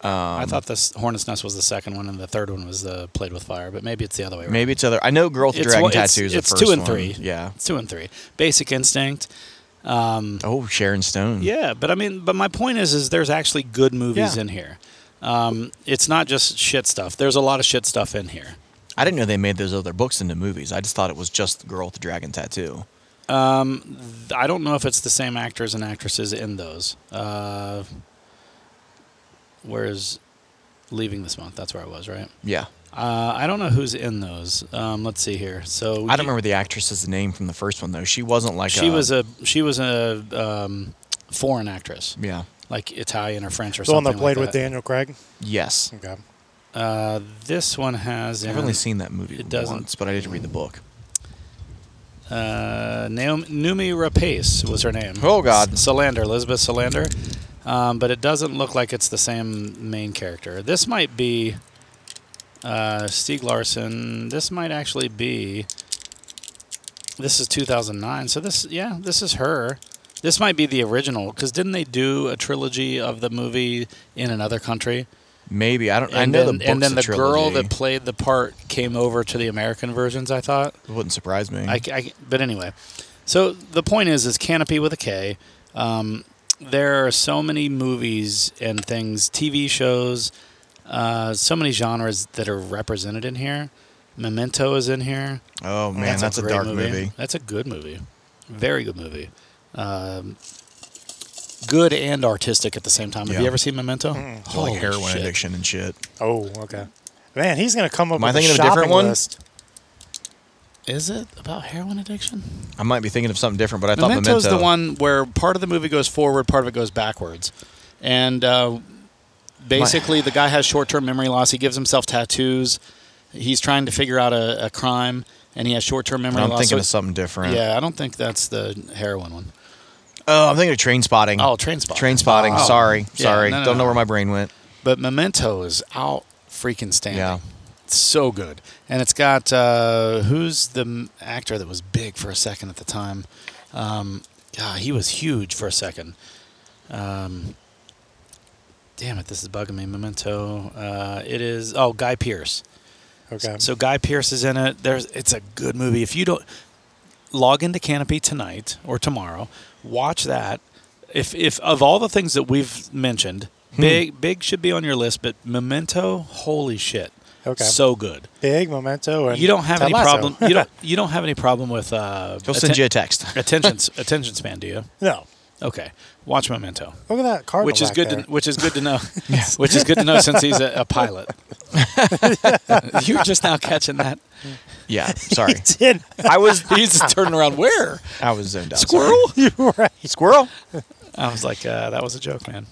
Speaker 2: um,
Speaker 3: I thought the s- hornet's nest was the second one, and the third one was the played with fire, but maybe it's the other way around.
Speaker 2: Maybe it's other. I know Girl with the
Speaker 3: It's
Speaker 2: Dragon
Speaker 3: one- it's-
Speaker 2: Tattoo is
Speaker 3: it's
Speaker 2: the
Speaker 3: two
Speaker 2: first
Speaker 3: and
Speaker 2: one.
Speaker 3: three.
Speaker 2: Yeah.
Speaker 3: It's two and three. Basic Instinct.
Speaker 2: Oh, Sharon Stone.
Speaker 3: Mm. Yeah, but I mean, but my point is, is there's actually good movies
Speaker 2: Yeah.
Speaker 3: in here. Um, it's not just shit stuff. There's a lot of shit stuff in here.
Speaker 2: I didn't know they made those other books into movies. I just thought it was just the Girl with the Dragon Tattoo.
Speaker 3: I don't know if it's the same actors and actresses in those. Uh, where's leaving this month? That's where I was, right?
Speaker 2: Yeah.
Speaker 3: Uh, I don't know who's in those. Um, let's see here. So
Speaker 2: I don't remember the actress's name from the first one though. She wasn't like uh,
Speaker 3: She
Speaker 2: a,
Speaker 3: was a she was a um, foreign actress,
Speaker 2: yeah.
Speaker 3: like Italian or French or
Speaker 4: The
Speaker 3: something.
Speaker 4: one that played
Speaker 3: like
Speaker 4: with Daniel Craig.
Speaker 2: Yes.
Speaker 4: Okay.
Speaker 3: Uh, this one has.
Speaker 2: I've
Speaker 3: in-
Speaker 2: only seen that movie
Speaker 3: It doesn't-
Speaker 2: once, but I did read the book.
Speaker 3: Uh, Naomi, Numi Rapace was her name.
Speaker 2: Oh, God.
Speaker 3: S- Solander, Elizabeth Solander. Um, but it doesn't look like it's the same main character. This might be uh, Stieg Larsson. This might actually be. This is 2009. So this, yeah, this is her. This might be the original because didn't they do a trilogy of the movie in another country?
Speaker 2: Maybe I don't.
Speaker 3: And
Speaker 2: I know
Speaker 3: then,
Speaker 2: the book's
Speaker 3: and then
Speaker 2: a
Speaker 3: the girl
Speaker 2: trilogy.
Speaker 3: that played the part came over to the American versions. I thought.
Speaker 2: It wouldn't surprise me.
Speaker 3: I, I- but anyway, so the point is, is Canopy with a K. Um, there are so many movies and things, TV shows, uh, so many genres that are represented in here. Memento is in here.
Speaker 2: oh man, that's, a,
Speaker 3: great
Speaker 2: dark movie.
Speaker 3: That's a good movie. Very good movie. Um, good and artistic at the same time. Have
Speaker 2: Yeah. Mm.
Speaker 3: you ever seen Memento? Holy
Speaker 2: like heroin
Speaker 3: shit.
Speaker 2: addiction and shit.
Speaker 4: Oh, okay. Man, he's gonna come up
Speaker 2: Am I
Speaker 4: with a
Speaker 2: thinking of a
Speaker 4: shopping
Speaker 2: different one?
Speaker 4: list.
Speaker 3: Is it about heroin addiction?
Speaker 2: I might be thinking of something different, but I thought
Speaker 3: Memento
Speaker 2: Memento's
Speaker 3: is the one where part of the movie goes forward, part of it goes backwards, and uh, basically the guy has short-term memory loss. He gives himself tattoos. He's trying to figure out a, a crime, and he has short-term memory
Speaker 2: I'm
Speaker 3: loss.
Speaker 2: thinking
Speaker 3: So
Speaker 2: of something different.
Speaker 3: Yeah, I don't think that's the heroin one.
Speaker 2: Oh, I'm thinking of Train Spotting.
Speaker 3: Oh, train spot.
Speaker 2: Train Spotting.
Speaker 3: Oh.
Speaker 2: Sorry,
Speaker 3: Yeah,
Speaker 2: sorry.
Speaker 3: no, no,
Speaker 2: Don't know
Speaker 3: no.
Speaker 2: where my brain went.
Speaker 3: But Memento is out freaking standing.
Speaker 2: Yeah.
Speaker 3: It's so good, and it's got uh, who's the m- actor that was big for a second at the time. Um, ah, he was huge for a second. Um, damn it, this is bugging me. Memento. Uh, it is oh Guy Pierce.
Speaker 4: Okay.
Speaker 3: So Guy Pierce is in it. There's it's a good movie. If you don't log into Canopy tonight or tomorrow, watch that. If if of all the things that we've mentioned,
Speaker 4: Hmm.
Speaker 3: big big should be on your list, but Memento, holy shit.
Speaker 4: Okay.
Speaker 3: So good.
Speaker 4: Big memento and
Speaker 3: You don't have
Speaker 4: Ted
Speaker 3: any
Speaker 4: Lasso.
Speaker 3: problem you don't you don't have any problem with uh
Speaker 2: He'll send
Speaker 3: atten-
Speaker 2: you a text.
Speaker 3: attention attention span, do you?
Speaker 4: No.
Speaker 3: Okay. Watch Memento.
Speaker 4: Look at that cardinal.
Speaker 3: Which is
Speaker 4: back
Speaker 3: good
Speaker 4: there.
Speaker 3: to which is good to know. Which is good to know since he's a, a pilot. You're just now catching that.
Speaker 2: Yeah, sorry.
Speaker 4: Did-
Speaker 2: I was
Speaker 3: He's turning around. Where?
Speaker 2: I was zoned out.
Speaker 3: Squirrel?
Speaker 4: You're right.
Speaker 2: Squirrel.
Speaker 3: I was like, uh, that was a joke, man.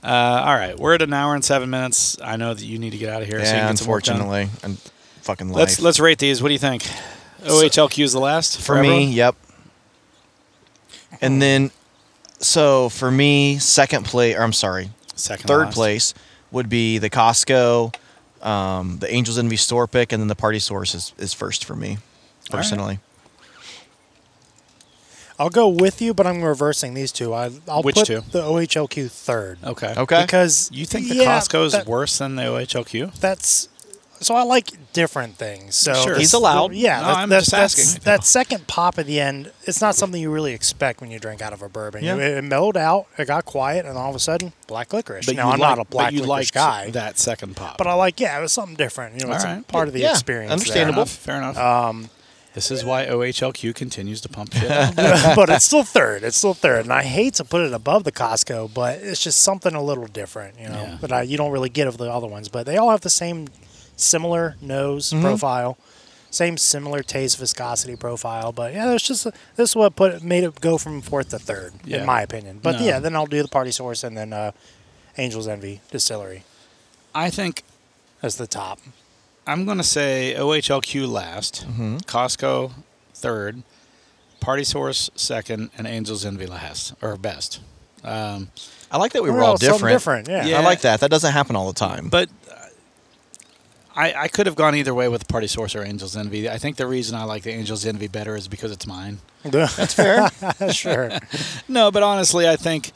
Speaker 3: Uh, all right, we're at an hour and seven minutes. I know that you need to get out of here. so you
Speaker 2: Yeah,
Speaker 3: can get some work done.
Speaker 2: unfortunately, and fucking life.
Speaker 3: Let's let's rate these. What do you think? OHLQ is the last
Speaker 2: for me,
Speaker 3: everyone?
Speaker 2: yep. And then, so for me, second place, or I'm sorry,
Speaker 3: Second, to
Speaker 2: third
Speaker 3: last.
Speaker 2: place would be the Costco, um, the Angels Envy store pick, and then the Party Source is, is first for me,
Speaker 3: All right.
Speaker 2: personally.
Speaker 4: I'll go with you, but I'm reversing these two. I, I'll
Speaker 3: Which
Speaker 4: put
Speaker 3: two?
Speaker 4: the OHLQ third.
Speaker 3: Okay.
Speaker 2: Okay.
Speaker 4: Because
Speaker 3: You think the
Speaker 4: yeah,
Speaker 3: Costco's
Speaker 4: that-
Speaker 3: worse than the OHLQ?
Speaker 4: That's so I like different things. So
Speaker 3: Sure.
Speaker 2: He's allowed.
Speaker 4: Yeah,
Speaker 3: No,
Speaker 4: that,
Speaker 3: I'm
Speaker 4: that-
Speaker 3: just
Speaker 4: that's-
Speaker 3: asking.
Speaker 4: That second pop at the end, it's not something you really expect when you drink out of a bourbon.
Speaker 2: Yeah.
Speaker 4: You- it, it mellowed out, it got quiet, and all of a sudden, black licorice. now
Speaker 3: you
Speaker 4: I'm not a
Speaker 3: like-
Speaker 4: black
Speaker 3: but you
Speaker 4: licorice
Speaker 3: liked
Speaker 4: guy,
Speaker 3: That second pop.
Speaker 4: but I like yeah, it was something different. You know,
Speaker 3: All
Speaker 4: it's a
Speaker 3: right.
Speaker 4: part of the
Speaker 2: Yeah,
Speaker 4: experience. there.
Speaker 3: fair
Speaker 2: understandable.
Speaker 3: enough. Fair enough. this is why OHLQ continues to pump shit. out.
Speaker 4: but it's still third. It's still third, and I hate to put it above the Costco, but it's just something a little different, you know.
Speaker 3: Yeah.
Speaker 4: That I, you don't really get of the other ones, but they all have the same similar nose profile, same similar taste viscosity profile. But yeah, there's just this is what put it- made it go from fourth to third,
Speaker 3: Yeah.
Speaker 4: in my opinion. But
Speaker 3: No.
Speaker 4: yeah, then I'll do the Party Source and then uh, Angels Envy Distillery
Speaker 3: I think
Speaker 4: as the top.
Speaker 3: I'm going to say OHLQ last,
Speaker 4: Mm-hmm.
Speaker 3: Costco third, Party Source second, and Angels Envy last or best. Um,
Speaker 2: I like that we were
Speaker 4: We're
Speaker 2: all
Speaker 4: all something
Speaker 2: different.
Speaker 4: different, yeah.
Speaker 2: I
Speaker 3: Yeah.
Speaker 2: like that. That doesn't happen all the time.
Speaker 3: but uh, I, I could have gone either way with Party Source or Angels Envy. I think the reason I like the Angels Envy better is because it's mine.
Speaker 4: That's fair. sure.
Speaker 3: No, but honestly, I think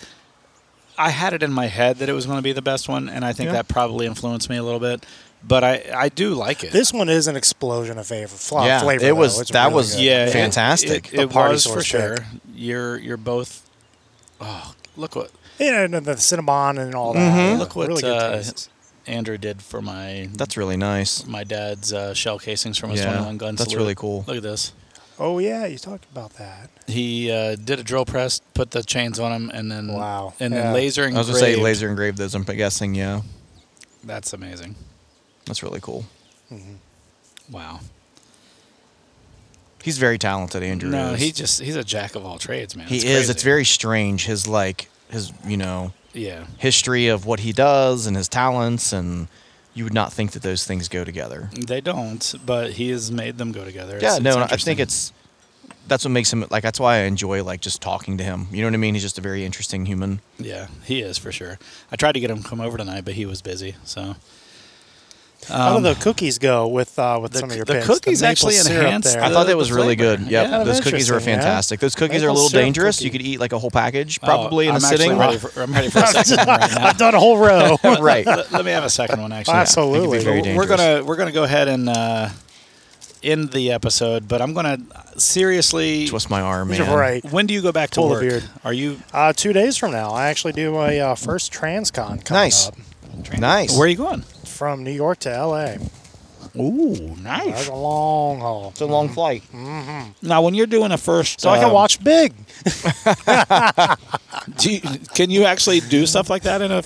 Speaker 3: I had it in my head that it was going to be the best one, and I think
Speaker 2: Yeah.
Speaker 3: that probably influenced me a little bit. But I, I do like it.
Speaker 4: This one is an explosion of flavor. fla-
Speaker 2: Yeah,
Speaker 4: flavor
Speaker 2: it
Speaker 4: though.
Speaker 2: was-
Speaker 4: It's
Speaker 2: that
Speaker 4: really
Speaker 2: was-
Speaker 4: good.
Speaker 3: yeah, it-
Speaker 2: fantastic.
Speaker 3: It,
Speaker 4: The
Speaker 3: it
Speaker 4: party
Speaker 3: was for
Speaker 4: source
Speaker 3: sure.
Speaker 4: pick.
Speaker 3: You're you're both. Oh, look what
Speaker 4: Yeah, and the Cinnabon and all that. Yeah,
Speaker 3: look what
Speaker 4: really good
Speaker 3: uh,
Speaker 4: tastes.
Speaker 3: Andrew did for my
Speaker 2: That's really nice.
Speaker 3: my dad's uh, shell casings from his
Speaker 2: Yeah,
Speaker 3: 21 gun.
Speaker 2: that's
Speaker 3: salute.
Speaker 2: really cool.
Speaker 3: Look at this.
Speaker 4: Oh yeah, you talked about that.
Speaker 3: He uh, did a drill press, put the chains on him, and then
Speaker 4: Wow.
Speaker 3: and
Speaker 4: Yeah.
Speaker 3: then laser
Speaker 2: I
Speaker 3: engraved.
Speaker 2: was gonna say laser engraved those. I'm guessing. Yeah,
Speaker 3: That's amazing.
Speaker 2: that's really cool.
Speaker 3: Wow.
Speaker 2: He's very talented. Andrew.
Speaker 3: No,
Speaker 2: is.
Speaker 3: he just he's a jack of all trades, man.
Speaker 2: he
Speaker 3: It's
Speaker 2: is.
Speaker 3: crazy.
Speaker 2: It's very strange. His like his you know
Speaker 3: yeah.
Speaker 2: history of what he does and his talents and you would not think that those things go together.
Speaker 3: They don't, but he has made them go together.
Speaker 2: yeah,
Speaker 3: It's-
Speaker 2: no,
Speaker 3: it's
Speaker 2: no, I
Speaker 3: interesting.
Speaker 2: think it's that's what makes him like that's why I enjoy like just talking to him. You know what I mean? He's just a very interesting human.
Speaker 3: yeah, he is for sure. I tried to get him to come over tonight, but he was busy. So
Speaker 4: How do the cookies go with uh, with
Speaker 3: Um, the
Speaker 4: some of
Speaker 3: c-
Speaker 4: your
Speaker 3: the
Speaker 4: picks?
Speaker 3: cookies
Speaker 4: maple
Speaker 3: actually
Speaker 4: syrup
Speaker 3: enhance
Speaker 4: there.
Speaker 2: I
Speaker 3: the-
Speaker 2: thought that was really
Speaker 3: flavor.
Speaker 2: good. Yep.
Speaker 3: Yeah,
Speaker 2: those
Speaker 4: that's
Speaker 2: cookies are
Speaker 4: interesting, yeah.
Speaker 2: fantastic. Those cookies are a
Speaker 4: Maple
Speaker 2: little
Speaker 4: syrup
Speaker 2: dangerous. You
Speaker 4: cookie.
Speaker 2: could eat like a whole package probably
Speaker 3: Oh,
Speaker 2: in
Speaker 3: I'm
Speaker 2: a
Speaker 3: actually
Speaker 2: sitting.
Speaker 3: Ready for, I'm ready for a second one right now.
Speaker 4: I've done a whole row.
Speaker 2: right.
Speaker 3: Let, let me have a second one actually.
Speaker 4: Absolutely.
Speaker 2: very
Speaker 3: Well, we're
Speaker 2: dangerous.
Speaker 3: gonna we're gonna go ahead and uh, end the episode, but I'm gonna seriously.
Speaker 2: Twist my arm, man.
Speaker 4: You're right.
Speaker 3: When do you go back to
Speaker 4: Pull the
Speaker 3: work?
Speaker 4: beard.
Speaker 3: Are you
Speaker 4: Uh, two days from now, I actually do my uh, first TransCon coming
Speaker 2: Nice.
Speaker 4: up
Speaker 2: Nice.
Speaker 3: Where are you going?
Speaker 4: from New York to L.A.
Speaker 3: Ooh,
Speaker 4: That's
Speaker 3: nice.
Speaker 4: a long haul.
Speaker 2: a long flight.
Speaker 3: Hmm? Now, when you're doing a first,
Speaker 4: So I can
Speaker 3: um,
Speaker 4: watch big.
Speaker 3: Do you, can you actually do stuff like that in a?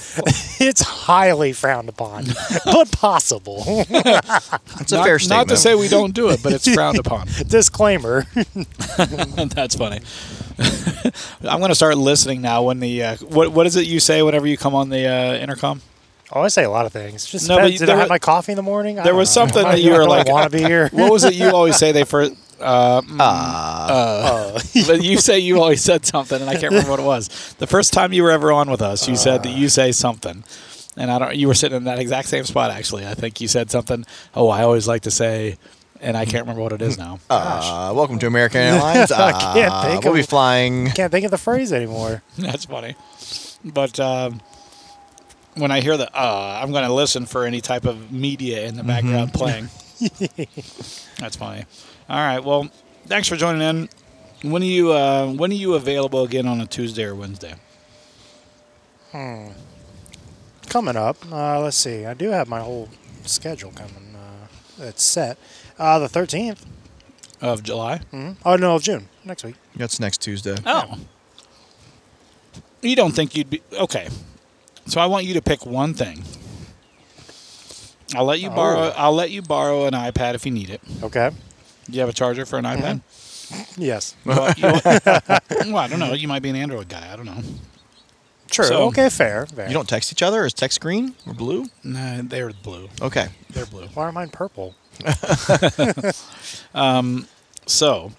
Speaker 4: It's highly frowned upon, but possible.
Speaker 2: That's a
Speaker 3: not,
Speaker 2: fair
Speaker 3: not
Speaker 2: statement.
Speaker 3: to say we don't do it, but it's frowned upon.
Speaker 4: Disclaimer.
Speaker 3: That's funny. I'm going to start listening now. When the uh, what what is it you say whenever you come on the uh, intercom?
Speaker 4: Oh, I say a lot of things. Just
Speaker 3: No,
Speaker 4: depends.
Speaker 3: but you-
Speaker 4: did
Speaker 3: there
Speaker 4: I
Speaker 3: was-
Speaker 4: have my coffee in the morning? I
Speaker 3: There
Speaker 4: don't
Speaker 3: was
Speaker 4: know.
Speaker 3: something
Speaker 4: Am I-
Speaker 3: that you
Speaker 4: do I
Speaker 3: were like-
Speaker 4: want to be here.
Speaker 3: What was it you always say? They first. Uh, mm,
Speaker 2: Ah,
Speaker 3: uh, but you say you always said something, and I can't remember what it was. The first time you were ever on with us, you said that you say something, and I don't. You were sitting in that exact same spot, actually. I think you said something. Oh, I always like to say, and I can't remember what it is now.
Speaker 2: Uh, welcome to American Airlines.
Speaker 4: I can't
Speaker 2: Uh,
Speaker 4: think
Speaker 2: We'll be
Speaker 4: of-
Speaker 2: flying.
Speaker 4: Can't think of the phrase anymore.
Speaker 3: That's funny. But um, when I hear the uh, I'm going to listen for any type of media in the background playing. That's funny. All right. Well, thanks for joining in. When are you uh, when are you available again on a Tuesday or Wednesday?
Speaker 4: Coming up, uh, let's see. I do have my whole schedule coming. Uh, that's set. Uh, the thirteenth.
Speaker 3: Of July?
Speaker 4: Oh no, of June next week.
Speaker 2: That's next Tuesday.
Speaker 3: Oh. You don't think you'd be okay. So I want you to pick one thing. I'll let you
Speaker 4: Oh.
Speaker 3: borrow I'll let you borrow an iPad if you need it.
Speaker 4: Okay.
Speaker 3: Do you have a charger for an iPad?
Speaker 4: Hmm. Yes.
Speaker 3: well, you- well, I don't know. You might be an Android guy. I don't know.
Speaker 4: True.
Speaker 3: So-
Speaker 4: okay. Fair. Fair.
Speaker 2: You don't text each other? Is text green or blue?
Speaker 3: No, they're blue.
Speaker 2: Okay.
Speaker 3: They're blue.
Speaker 4: Why are mine purple?
Speaker 3: So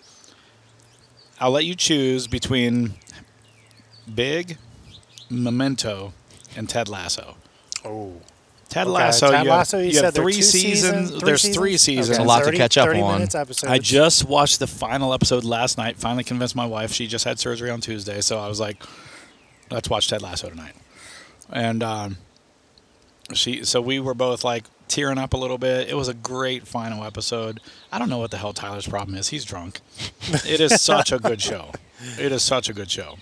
Speaker 3: I'll let you choose between Big, Memento, and Ted Lasso.
Speaker 4: Oh.
Speaker 3: Ted
Speaker 4: Okay,
Speaker 3: Lasso.
Speaker 4: Ted
Speaker 3: you have-
Speaker 4: Lasso, you
Speaker 3: you have
Speaker 4: said there are
Speaker 3: three
Speaker 4: two
Speaker 3: seasons.
Speaker 4: seasons, three
Speaker 3: There's
Speaker 4: seasons?
Speaker 3: three seasons.
Speaker 2: It's a lot to
Speaker 4: 30
Speaker 2: catch up
Speaker 4: 30
Speaker 2: on.
Speaker 4: minutes episodes.
Speaker 3: I just watched the final episode last night. Finally convinced my wife. She just had surgery on Tuesday, so I was like, "Let's watch Ted Lasso tonight." And um, she, so we were both like, tearing up a little bit. It was a great final episode. I don't know what the hell Tyler's problem is. He's drunk. it is such a good show. It is such a good show.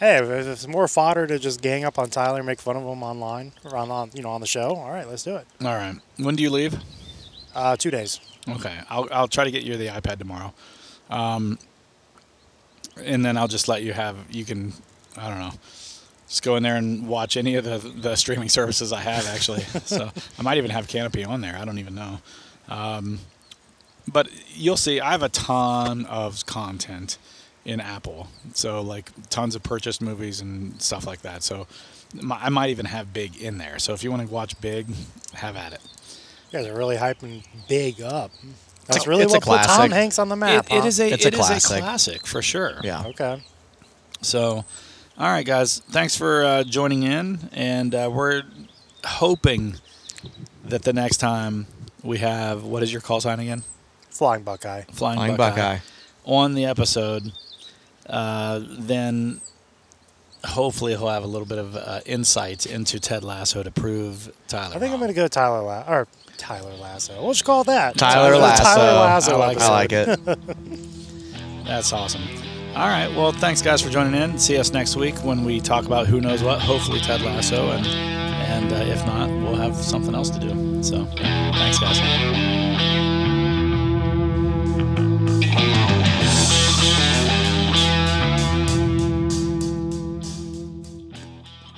Speaker 4: Hey, if if it's more fodder to just gang up on Tyler, and make fun of him online or on, on you know on the show. All right, let's do it.
Speaker 3: All right. When do you leave?
Speaker 4: Uh, two days.
Speaker 3: Okay. I'll, I'll try to get you the iPad tomorrow. Um, and then I'll just let you have, you can, I don't know, just go in there and watch any of the, the streaming services I have, actually. so I might even have Canopy on there. I don't even know. Um, but you'll see, I have a ton of content in Apple. So, like, tons of purchased movies and stuff like that. So my, I might even have Big in there. So if you want to watch Big, have at it.
Speaker 4: You guys are really hyping big up. That's
Speaker 2: a-
Speaker 4: really
Speaker 2: it's a
Speaker 4: what put Tom
Speaker 2: classic.
Speaker 4: Hanks on the
Speaker 3: It,
Speaker 4: map.
Speaker 3: it
Speaker 4: huh?
Speaker 3: is a
Speaker 2: It's
Speaker 3: it's
Speaker 2: a
Speaker 3: a classic.
Speaker 2: classic.
Speaker 3: for sure.
Speaker 2: Yeah.
Speaker 4: Okay.
Speaker 3: So, all right, guys, thanks for uh, joining in, and uh, we're hoping that the next time we have what is your call sign again?
Speaker 4: Flying Buckeye.
Speaker 3: Flying,
Speaker 2: Flying Buckeye.
Speaker 3: on the episode, uh, then hopefully he'll have a little bit of uh, insight into Ted Lasso to prove Tyler.
Speaker 4: I think I'm
Speaker 3: wrong.
Speaker 4: going to go Tyler La- or Tyler Lasso. We'll just call it that.
Speaker 2: Tyler
Speaker 4: The
Speaker 2: Lasso.
Speaker 4: Tyler Lasso.
Speaker 3: I like
Speaker 2: I
Speaker 4: episode.
Speaker 2: like it.
Speaker 3: That's awesome. All right. Well, thanks guys for joining in. See us next week when we talk about who knows what. Hopefully Ted Lasso, and and uh, if not, we'll have something else to do. So, thanks guys.